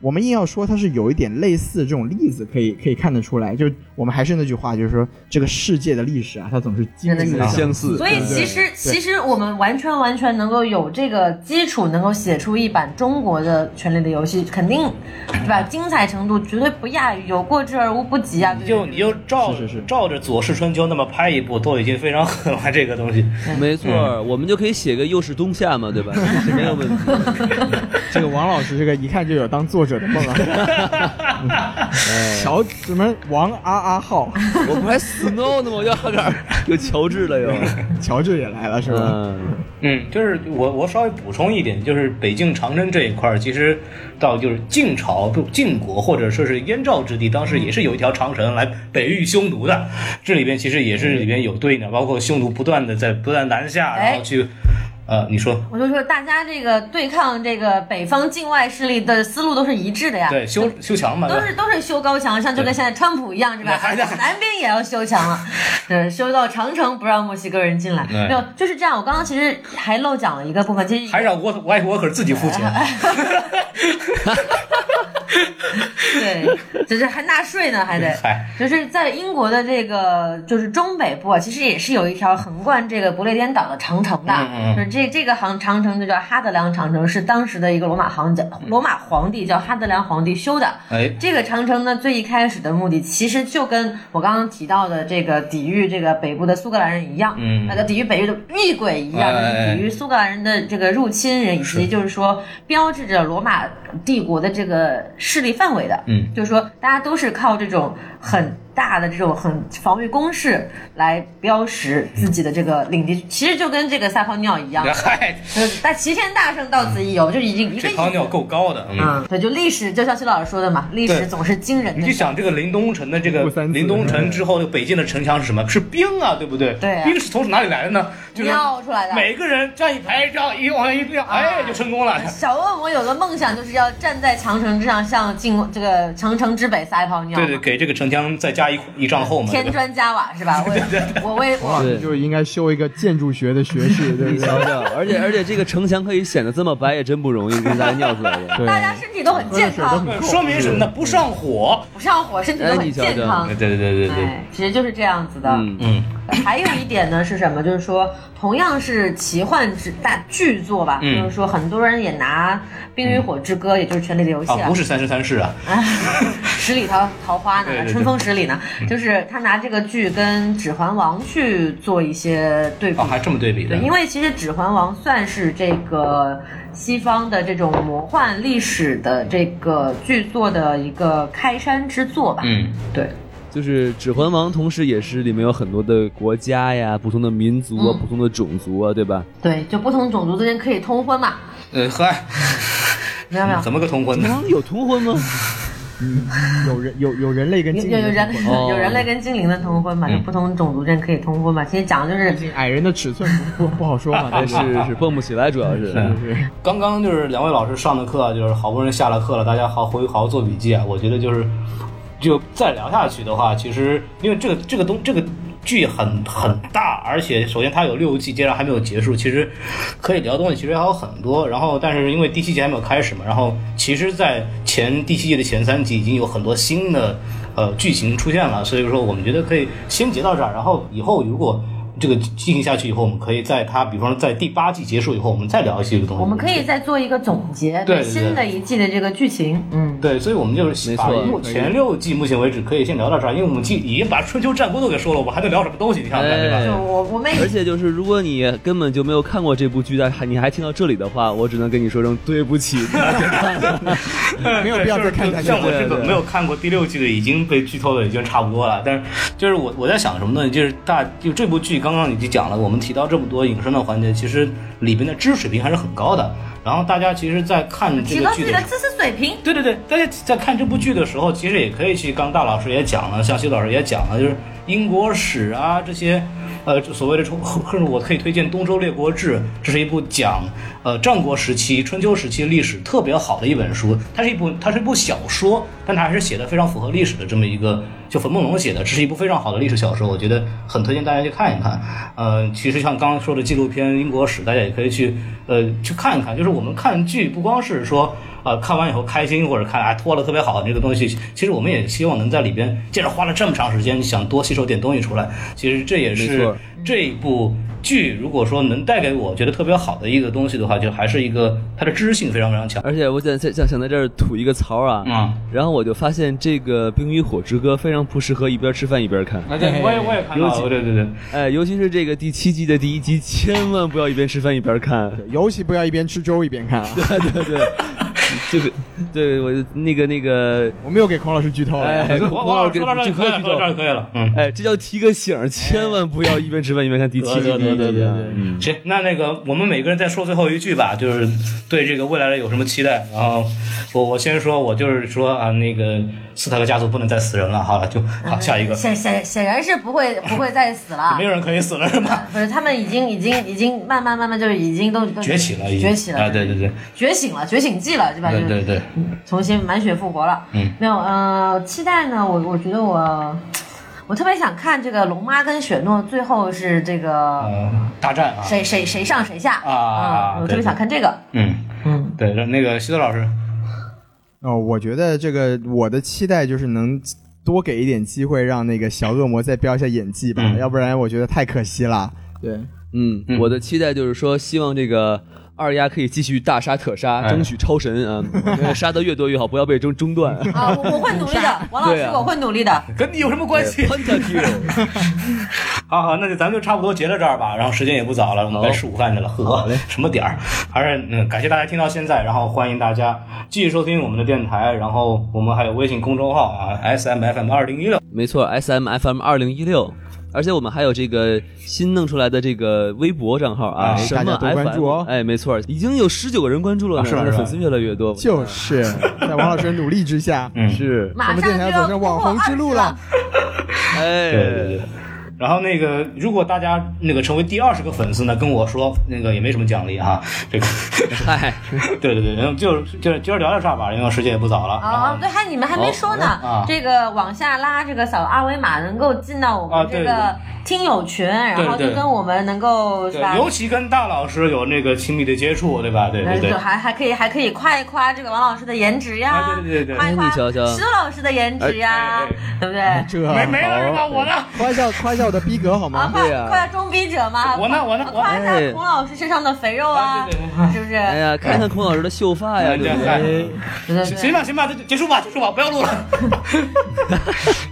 Speaker 3: 我们硬要说它是有一点类似这种例子，可以可以看得出来。就是我们还是那句话，就是说这个世界的历史啊，它总是惊人
Speaker 1: 真
Speaker 3: 的
Speaker 1: 的
Speaker 4: 是相似
Speaker 1: 所以其实其实我们完全完全能够有这个基础，能够写出一版中国的《权力的游戏》，肯定对吧？精彩程度绝对不亚于，有过之而无不及啊！对
Speaker 2: 嗯就
Speaker 1: 对
Speaker 2: 你就照
Speaker 3: 是是是
Speaker 2: 照着《左氏春秋》那么拍一部，都已经非常狠了。这个东西，
Speaker 4: 没错儿，我们就可以写个又是冬夏嘛，对 吧？是没有问题。
Speaker 3: 这个王老师，这个一看就有当作者的梦啊！ 嗯 乔什么王啊阿阿浩，
Speaker 4: 我不还 snow 呢吗？我要哈点儿有乔治了又。
Speaker 3: 乔治也来了是吧？
Speaker 4: 嗯，
Speaker 2: 嗯，就是我我稍微补充一点，就是北境长征这一块儿，其实到就是晋朝、不晋国或者说是燕赵之地，当时也是有一条长城来北域匈奴的。
Speaker 1: 嗯
Speaker 2: 这里边其实也是里边有对应的，包括匈奴不断的在不断南下，
Speaker 1: 哎啊
Speaker 2: 然后去呃，你说，
Speaker 1: 我就说大家这个对抗这个北方境外势力的思路都是一致的呀，
Speaker 2: 对，修修墙嘛，
Speaker 1: 都
Speaker 2: 对吧
Speaker 1: 是都是修高墙，像就跟
Speaker 2: 对
Speaker 1: 现在川普一样，是吧？
Speaker 2: 那
Speaker 1: 南边也要修墙 了，对，修到长城不让墨西哥人进来，
Speaker 2: 对
Speaker 1: 没有，就是这样。我刚刚其实还漏讲了一个部分，其实
Speaker 2: 还让我外国可是自己付钱，
Speaker 1: 啊对，只是还纳税呢，还得。
Speaker 2: 嗨，
Speaker 1: 就是在英国的这个，就是中北部啊，其实也是有一条横贯这个不列颠岛的长城的。
Speaker 2: 嗯嗯
Speaker 1: 就是这这个航长城就叫哈德良长城，是当时的一个罗马皇家罗马皇帝叫哈德良皇帝修的。
Speaker 2: 哎，
Speaker 1: 这个长城呢，最一开始的目的其实就跟我刚刚提到的这个抵御这个北部的苏格兰人一样，
Speaker 2: 嗯
Speaker 1: 那个抵御北域的异鬼一样，
Speaker 2: 哎哎哎
Speaker 1: 就是抵御苏格兰人的这个入侵人，以及就是说标志着罗马帝国的这个势力范围的，
Speaker 2: 嗯，
Speaker 1: 就是说大家都是靠这种很大的这种很防御工事来标识自己的这个领地，其实就跟这个撒泡尿一样，
Speaker 2: 嗨，
Speaker 1: 就是大齐天大圣到此一游，就已经一个
Speaker 2: 嗯这
Speaker 1: 意
Speaker 2: 泡
Speaker 1: 思。
Speaker 2: 尿够高的，嗯。
Speaker 1: 嗯，对，就历史，就像徐老师说的嘛，历史
Speaker 2: 对
Speaker 1: 总是惊人
Speaker 2: 嗯你
Speaker 1: 的
Speaker 2: 就。想这个临冬城的这个
Speaker 3: 不三次
Speaker 2: 临冬城之后，那个北境的城墙是什么？是冰啊，对不对？
Speaker 1: 对啊
Speaker 2: 冰是从哪里来的呢？就是
Speaker 1: 尿出来的。
Speaker 2: 每个人站一排，这样一往上一亮，
Speaker 1: 啊
Speaker 2: 哎，就成功了。
Speaker 1: 小恶魔有个梦想，就是要站在长城之上，向进这个长城之北撒一泡尿嘛。
Speaker 2: 对对，给这个城墙再加一一丈厚嘛。对
Speaker 1: 添
Speaker 2: 吧
Speaker 1: 砖加瓦是 吧？我我为
Speaker 3: 哇，
Speaker 1: 我
Speaker 4: 对
Speaker 3: 你就应该修一个建筑学的学士，对
Speaker 4: 你
Speaker 3: 不对？
Speaker 4: 瞧瞧，而且而且这个城墙可以显得这么白，也真不容易，跟大家尿出来的。
Speaker 3: 对，
Speaker 1: 大家身体都很健康，
Speaker 2: 对啊说明什么呢？不上火。
Speaker 1: 不上火，身体都很健康
Speaker 2: 对。对对对对，
Speaker 1: 哎，其实就是这样子的。
Speaker 4: 嗯，
Speaker 2: 嗯，
Speaker 1: 还有一点呢是什么？就是说，同样是奇幻之大巨作吧，
Speaker 2: 嗯
Speaker 1: 就是说很多人也拿《冰与火之歌》，也就是《权力的游戏》
Speaker 2: 啊，不是三生三世啊，
Speaker 1: 啊，十里桃桃花呢，
Speaker 2: 对嗯对对
Speaker 1: 春风十里呢，就是他拿这个剧跟《指环王》去做一些对比。
Speaker 2: 啊，还这么对比的
Speaker 1: 对，。因为其实《指环王》算是这个西方的这种魔幻历史的这个剧作的一个开山之作吧。
Speaker 2: 嗯，
Speaker 1: 对，
Speaker 4: 就是《指环王》，同时也是里面有很多的国家呀、不同的民族啊、
Speaker 1: 嗯
Speaker 4: 不同的种族啊，对吧？
Speaker 1: 对，就不同种族之间可以通婚嘛，
Speaker 2: 呃，嗨，
Speaker 1: 明 白没有？
Speaker 2: 怎么个通婚呢？
Speaker 4: 有同婚吗？
Speaker 3: 有人有有人类跟
Speaker 1: 有
Speaker 3: 精
Speaker 1: 有
Speaker 3: 灵
Speaker 1: 有
Speaker 3: 的
Speaker 1: 人
Speaker 3: 混合
Speaker 4: 哦
Speaker 1: 有人类跟精灵的通婚
Speaker 2: 嗯
Speaker 1: 嘛，就不同种族之间可以通婚嘛。其实讲的就是
Speaker 3: 毕竟矮人的尺寸 不不不好说嘛，
Speaker 4: 还
Speaker 3: 但
Speaker 4: 是
Speaker 3: 是
Speaker 4: 哎是是蹦不起来，主 要是。
Speaker 3: 是
Speaker 2: 刚刚就是两位老师上的课啊，就是好不容易下了课了，大家好回去好好做笔记啊。我觉得就是，就再聊下去的话，其实因为这个这个东这个剧很很大，而且首先它有六季，接着还没有结束，其实可以聊的东西其实还有很多。然后，但是因为第七季还没有开始嘛，然后其实，在前第七季的前三集已经有很多新的呃剧情出现了，所以说我们觉得可以先截到这儿，然后以后如果。这个进行下去以后，我们可以在它，比方说在第八季结束以后，我们再聊一些这个东西。
Speaker 1: 我们可以再做一个总结，
Speaker 2: 对对对
Speaker 1: 新的一季的这个剧情，嗯。
Speaker 2: 对，所以我们就是
Speaker 4: 没
Speaker 2: 把
Speaker 4: 错
Speaker 2: 目前六季目前为止可以先聊到这儿，因哎为我们既已经把春秋战国都给说了，我们还能聊什么东西？你看看对吧？
Speaker 4: 哎
Speaker 1: 就我我们
Speaker 4: 而且就是，如果你根本就没有看过这部剧，但还你还听到这里的话，我只能跟你说声对不起。
Speaker 3: 没有必要再看下去
Speaker 2: 像我这个
Speaker 4: 对对
Speaker 2: 没有看过第六季的，已经被剧透的已经差不多了。但是就是我我在想什么呢？就是大就这部剧刚刚已经讲了，我们提到这么多影视的环节，其实里边的知识水平还是很高的。然后大家其实，在看这
Speaker 1: 提
Speaker 2: 个
Speaker 1: 高自
Speaker 2: 剧
Speaker 1: 己
Speaker 2: 的时
Speaker 1: 的
Speaker 2: 候。
Speaker 1: 知识水平。
Speaker 2: 对对对，大家在看这部剧的时候，其实也可以去，刚大老师也讲了，像徐老师也讲了，就是英国史啊这些，呃，就所谓的中，甚至我可以推荐《东周列国志》，这是一部讲呃战国时期、春秋时期历史特别好的一本书。它是一部它是一部小说，但它还是写的非常符合历史的这么一个，就冯梦龙写的，这是一部非常好的历史小说，我觉得很推荐大家去看一看。呃，其实像刚刚说的纪录片《英国史》，大家也可以去呃去看一看。就是我们看剧不光是说呃看完以后开心，或者看啊拖了特别好这个东西，其实我们也希望能在里边，既然花了这么长时间，想多吸收点东西出来。其实这也
Speaker 4: 没错
Speaker 2: 是这一部剧如果说能带给我觉得特别好的一个东西的话，就还是一个它的知识性非常非常强。
Speaker 4: 而且我想想想想在这儿吐一个槽啊，
Speaker 2: 嗯
Speaker 4: 然后我就发现这个《冰与火之歌》非常不适合一边吃饭一边看。
Speaker 2: 啊，对，我也我也看到了，对对对，
Speaker 4: 哎，尤其是这个第七季的第一集，千万不要一边吃饭一边看。
Speaker 3: 尤其不要一边吃粥一边看啊。
Speaker 4: 对对对，这个，对我那个那个，
Speaker 3: 我没有给孔老师剧透啊了。
Speaker 4: 哎，
Speaker 2: 我我
Speaker 4: 我
Speaker 2: 老师说到这儿
Speaker 4: 这
Speaker 2: 可以了，
Speaker 4: 剧
Speaker 2: 说到这儿
Speaker 4: 透，
Speaker 2: 可以了，嗯。
Speaker 4: 哎，这叫提个醒儿，千万不要一边吃饭一边看第七集。
Speaker 2: 对对对对对
Speaker 4: 嗯
Speaker 2: 对，行，那那个我们每个人再说最后一句吧，就是对这个未来的有什么期待。然后我我先说，我就是说啊，那个斯塔克家族不能再死人了，好了，就好下一个，
Speaker 1: 显显显然是不会不会再死了
Speaker 2: 没。有人可以死了是吗？
Speaker 1: 不是，他们已经已经已经慢慢慢慢就是已经都都
Speaker 2: 崛起了，已经
Speaker 1: 嗯崛起了，嗯
Speaker 2: 啊！对对对
Speaker 1: 觉醒了，觉醒记了，对吧？
Speaker 2: 对
Speaker 1: 就是
Speaker 2: 对对，
Speaker 1: 重新满血复活了。
Speaker 2: 嗯，
Speaker 1: 没有，呃，期待呢，我我觉得我。我特别想看这个龙妈跟雪诺最后是这个
Speaker 2: 呃，大战啊，
Speaker 1: 嗯谁谁谁上谁下
Speaker 2: 啊
Speaker 1: 嗯我特别想看这个，
Speaker 2: 嗯，
Speaker 1: 嗯，
Speaker 2: 对，让那个西多老师，
Speaker 3: 哦，我觉得这个我的期待就是能多给一点机会，让那个小恶魔再飙一下演技吧，
Speaker 2: 嗯
Speaker 3: 要不然我觉得太可惜了。对，
Speaker 4: 嗯，
Speaker 2: 嗯
Speaker 4: 我的期待就是说，希望这个二丫可以继续大杀特杀，
Speaker 2: 哎
Speaker 4: 争取超 神啊，杀的越多越好，不要被中中断。
Speaker 1: 啊，我我会努 力的，王老
Speaker 4: 对
Speaker 1: 师
Speaker 4: 啊，
Speaker 1: 我会努力的。
Speaker 2: 跟你有什么关系？
Speaker 4: Pentakill，
Speaker 2: 好好，那就咱们就差不多结到这儿吧，然后时间也不早了，我们该吃午饭去了，呵呵，什么点儿？还是嗯，感谢大家听到现在，然后欢迎大家继续收听我们的电台，然后我们还有微信公众号啊，S M F M 二零一六，
Speaker 4: 没错，S M F M 二零一六。而且我们还有这个新弄出来的这个微博账号啊，
Speaker 2: 哎
Speaker 4: 什
Speaker 3: 大
Speaker 4: 么
Speaker 3: 家多
Speaker 4: FM？
Speaker 3: 关注哦
Speaker 4: 哎，没错，已经有十九个人关注了
Speaker 2: 啊
Speaker 4: 呢，
Speaker 2: 是吧是吧
Speaker 4: 粉丝越来越多。
Speaker 3: 就是在王老师的努力之下，
Speaker 2: 嗯
Speaker 3: 是我
Speaker 1: 马
Speaker 3: 们
Speaker 1: 上就
Speaker 3: 电台要
Speaker 1: 要
Speaker 3: 走上网红之路了。
Speaker 2: 对
Speaker 4: 哎，
Speaker 2: 对对。然后那个，如果大家那个成为第二十个粉丝呢，跟我说那个也没什么奖励啊，这个，
Speaker 4: 嗨，
Speaker 2: 对对对，然后就就今儿聊到这儿吧，因为时间也不早了。然后
Speaker 1: 啊，对，还你们还没说呢
Speaker 2: 好啊，
Speaker 1: 这个往下拉这个扫二维码能够进到我
Speaker 2: 啊
Speaker 1: 们
Speaker 2: 对
Speaker 1: 这个听友群，然后
Speaker 2: 对
Speaker 1: 就
Speaker 2: 对
Speaker 1: 跟我们能够是吧
Speaker 2: 对，？尤其跟大老师有那个亲密的接触，对吧？对对
Speaker 1: 呃
Speaker 2: 对
Speaker 1: 就，还还可以还可以夸一夸这个王老师的颜值呀
Speaker 2: 啊，对对对对
Speaker 1: 夸一夸
Speaker 4: 哎你瞧瞧
Speaker 1: 石头老师的颜值呀
Speaker 2: 哎哎，
Speaker 1: 对不对？啊，
Speaker 3: 这
Speaker 2: 没没了是吧？
Speaker 3: 好
Speaker 2: 我呢？
Speaker 3: 夸一下夸一下我的逼格好吗？
Speaker 1: 夸
Speaker 4: 对呀
Speaker 1: 夸一下装逼者嘛，
Speaker 2: 哎我呢我呢我
Speaker 1: 夸一
Speaker 4: 哎
Speaker 1: 下孔老师身上的肥肉啊
Speaker 2: 对对对，
Speaker 1: 是不是？
Speaker 4: 哎呀，看看孔老师的秀发呀，
Speaker 2: 哎
Speaker 4: 对不
Speaker 2: 哎
Speaker 4: 对？
Speaker 1: 对对对
Speaker 2: 行行。吧，行吧，就结束吧，结束吧，不要录 了。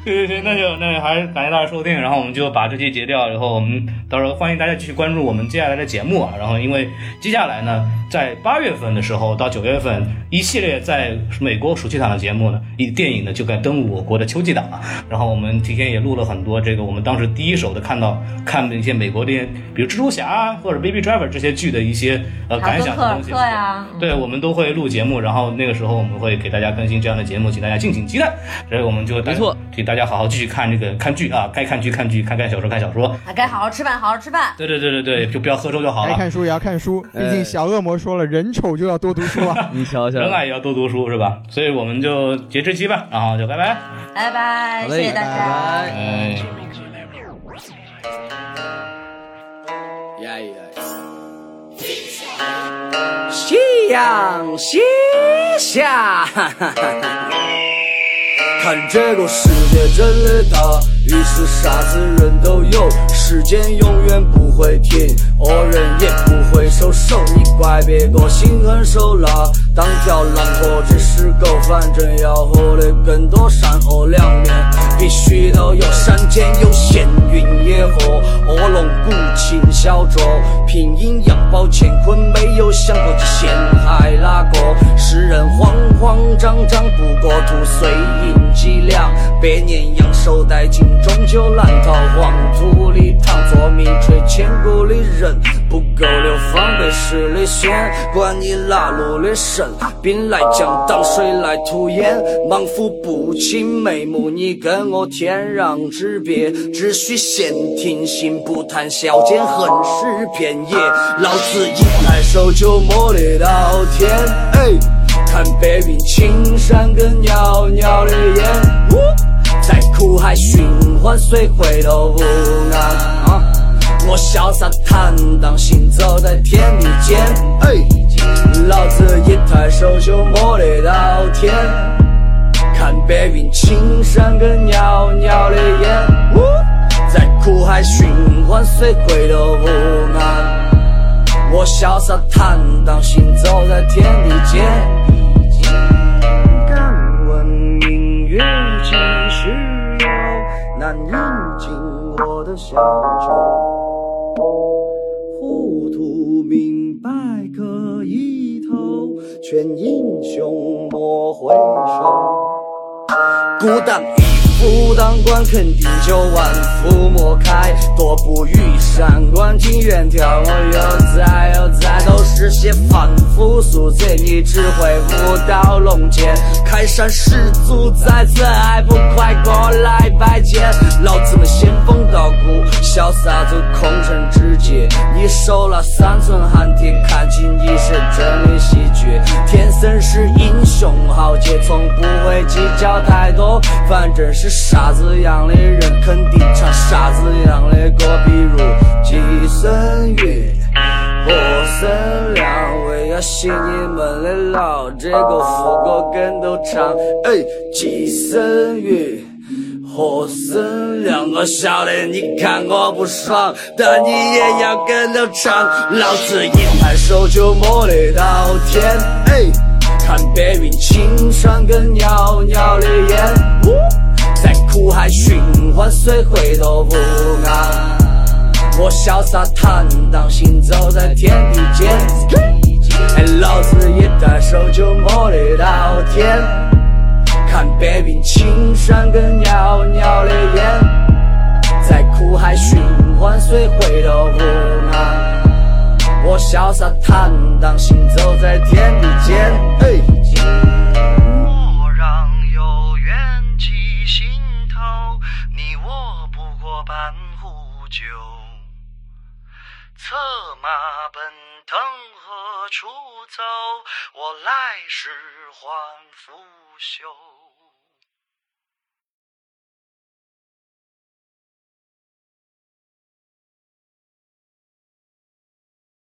Speaker 2: 对对对，那就那就还是感谢大家收听，然后我们就把这期截掉，然后我们到时候欢迎大家继续关注我们接下来的节目啊。然后因为接下来呢，在八月份的时候到九月份，一系列在美国暑期档的节目呢，以电影呢就该登陆我国的秋季档了。然后我们提前也录了很多这个我们当时第一手的看到看的一些美国电影，比如蜘蛛侠啊或者 Baby Driver 这些剧的一些呃
Speaker 1: 还
Speaker 2: 感
Speaker 1: 有
Speaker 2: 想
Speaker 1: 敦刻
Speaker 2: 的
Speaker 1: 尔
Speaker 2: 东西。
Speaker 1: 克呀，嗯
Speaker 2: 对，我们都会录节目，然后那个时候我们会给大家更新这样的节目，请大家敬请期待。所以我们就
Speaker 4: 没错，
Speaker 2: 请大家好好继续看这个看剧啊，该看剧看剧，看看小说看小说。
Speaker 1: 啊该好好吃饭，好好吃饭。
Speaker 2: 对对对对对，就不要喝粥就好
Speaker 3: 该
Speaker 2: 了，
Speaker 3: 看书也要看书，毕
Speaker 4: 哎。
Speaker 3: 竟小恶魔说了，人丑就要多读书啊
Speaker 4: 你瞧瞧，
Speaker 2: 人爱也要多读书是吧？所以我们就截这期吧，然后就拜拜。
Speaker 1: 拜拜，
Speaker 4: 好嘞
Speaker 1: 谢谢大
Speaker 3: 拜
Speaker 1: 家。
Speaker 3: 拜
Speaker 2: 哎。
Speaker 5: Yeah, yeah. 夕阳西下，看这个世界真的大，于是啥子人都有，时间永远不会停，恶人也不会收手，你怪别个心狠手辣，当条狼或者是狗，反正要活得更多，善恶两面必须都有，山间有闲云野鹤，卧龙古琴小酌，平阴阳包乾坤，没有想过去陷害哪个，世人慌慌张张，不过图碎银几两，百年阳寿殆尽，终究难逃黄土里躺，做名垂千古的人，不够流芳百世的酸，管你哪路的神，兵来将挡，水来土掩，莽夫不清眉目，你跟我天壤之别，只需闲庭信步，谈笑间横尸遍野，老子一抬手就摸得到天，哎。看北闰青山跟袅袅的烟，呜在苦海循环，谁回头不岸？啊，我潇洒坦荡，行走在天地间，哎，老子一抬手就摸得到天。看北闰青山跟袅袅的烟，呜在苦海循环，谁回头不岸？我潇洒坦荡，行走在天地间。敢问命运几时有？难饮尽我的乡愁。糊涂明白可以透，却选英雄莫回首。孤单一夫当关，肯定就万夫莫开。多不欲善观，情愿跳我悠哉悠哉，都是些凡夫俗子，你只会舞刀弄剑，开山始祖在此，还不快过来拜见？老子们仙风道骨，潇洒走空城之界。你手拿三寸寒铁，看清你是真的喜剧，天生是英雄豪杰，从不会计较太多。反正是啥子样的人，肯定唱啥子样的歌，比如几声乐。我身量，为要洗你们的脑，这个副歌跟都唱，哎，几声乐。和声量，我晓得你看我不爽，但你也要跟着唱。老子一抬手就摸得到天，哎，看白云青山跟袅袅的烟，在苦海循环，谁回头不岸？我潇洒坦荡，行走在天地间。哎，老子一抬手就摸得到天，看白云青山跟袅袅的烟，在苦海循环，谁回头不岸？我潇洒坦荡，行走在天地间。哎莫让有缘起心头，你我不过半壶酒。策马奔腾何处走？我来世还拂袖。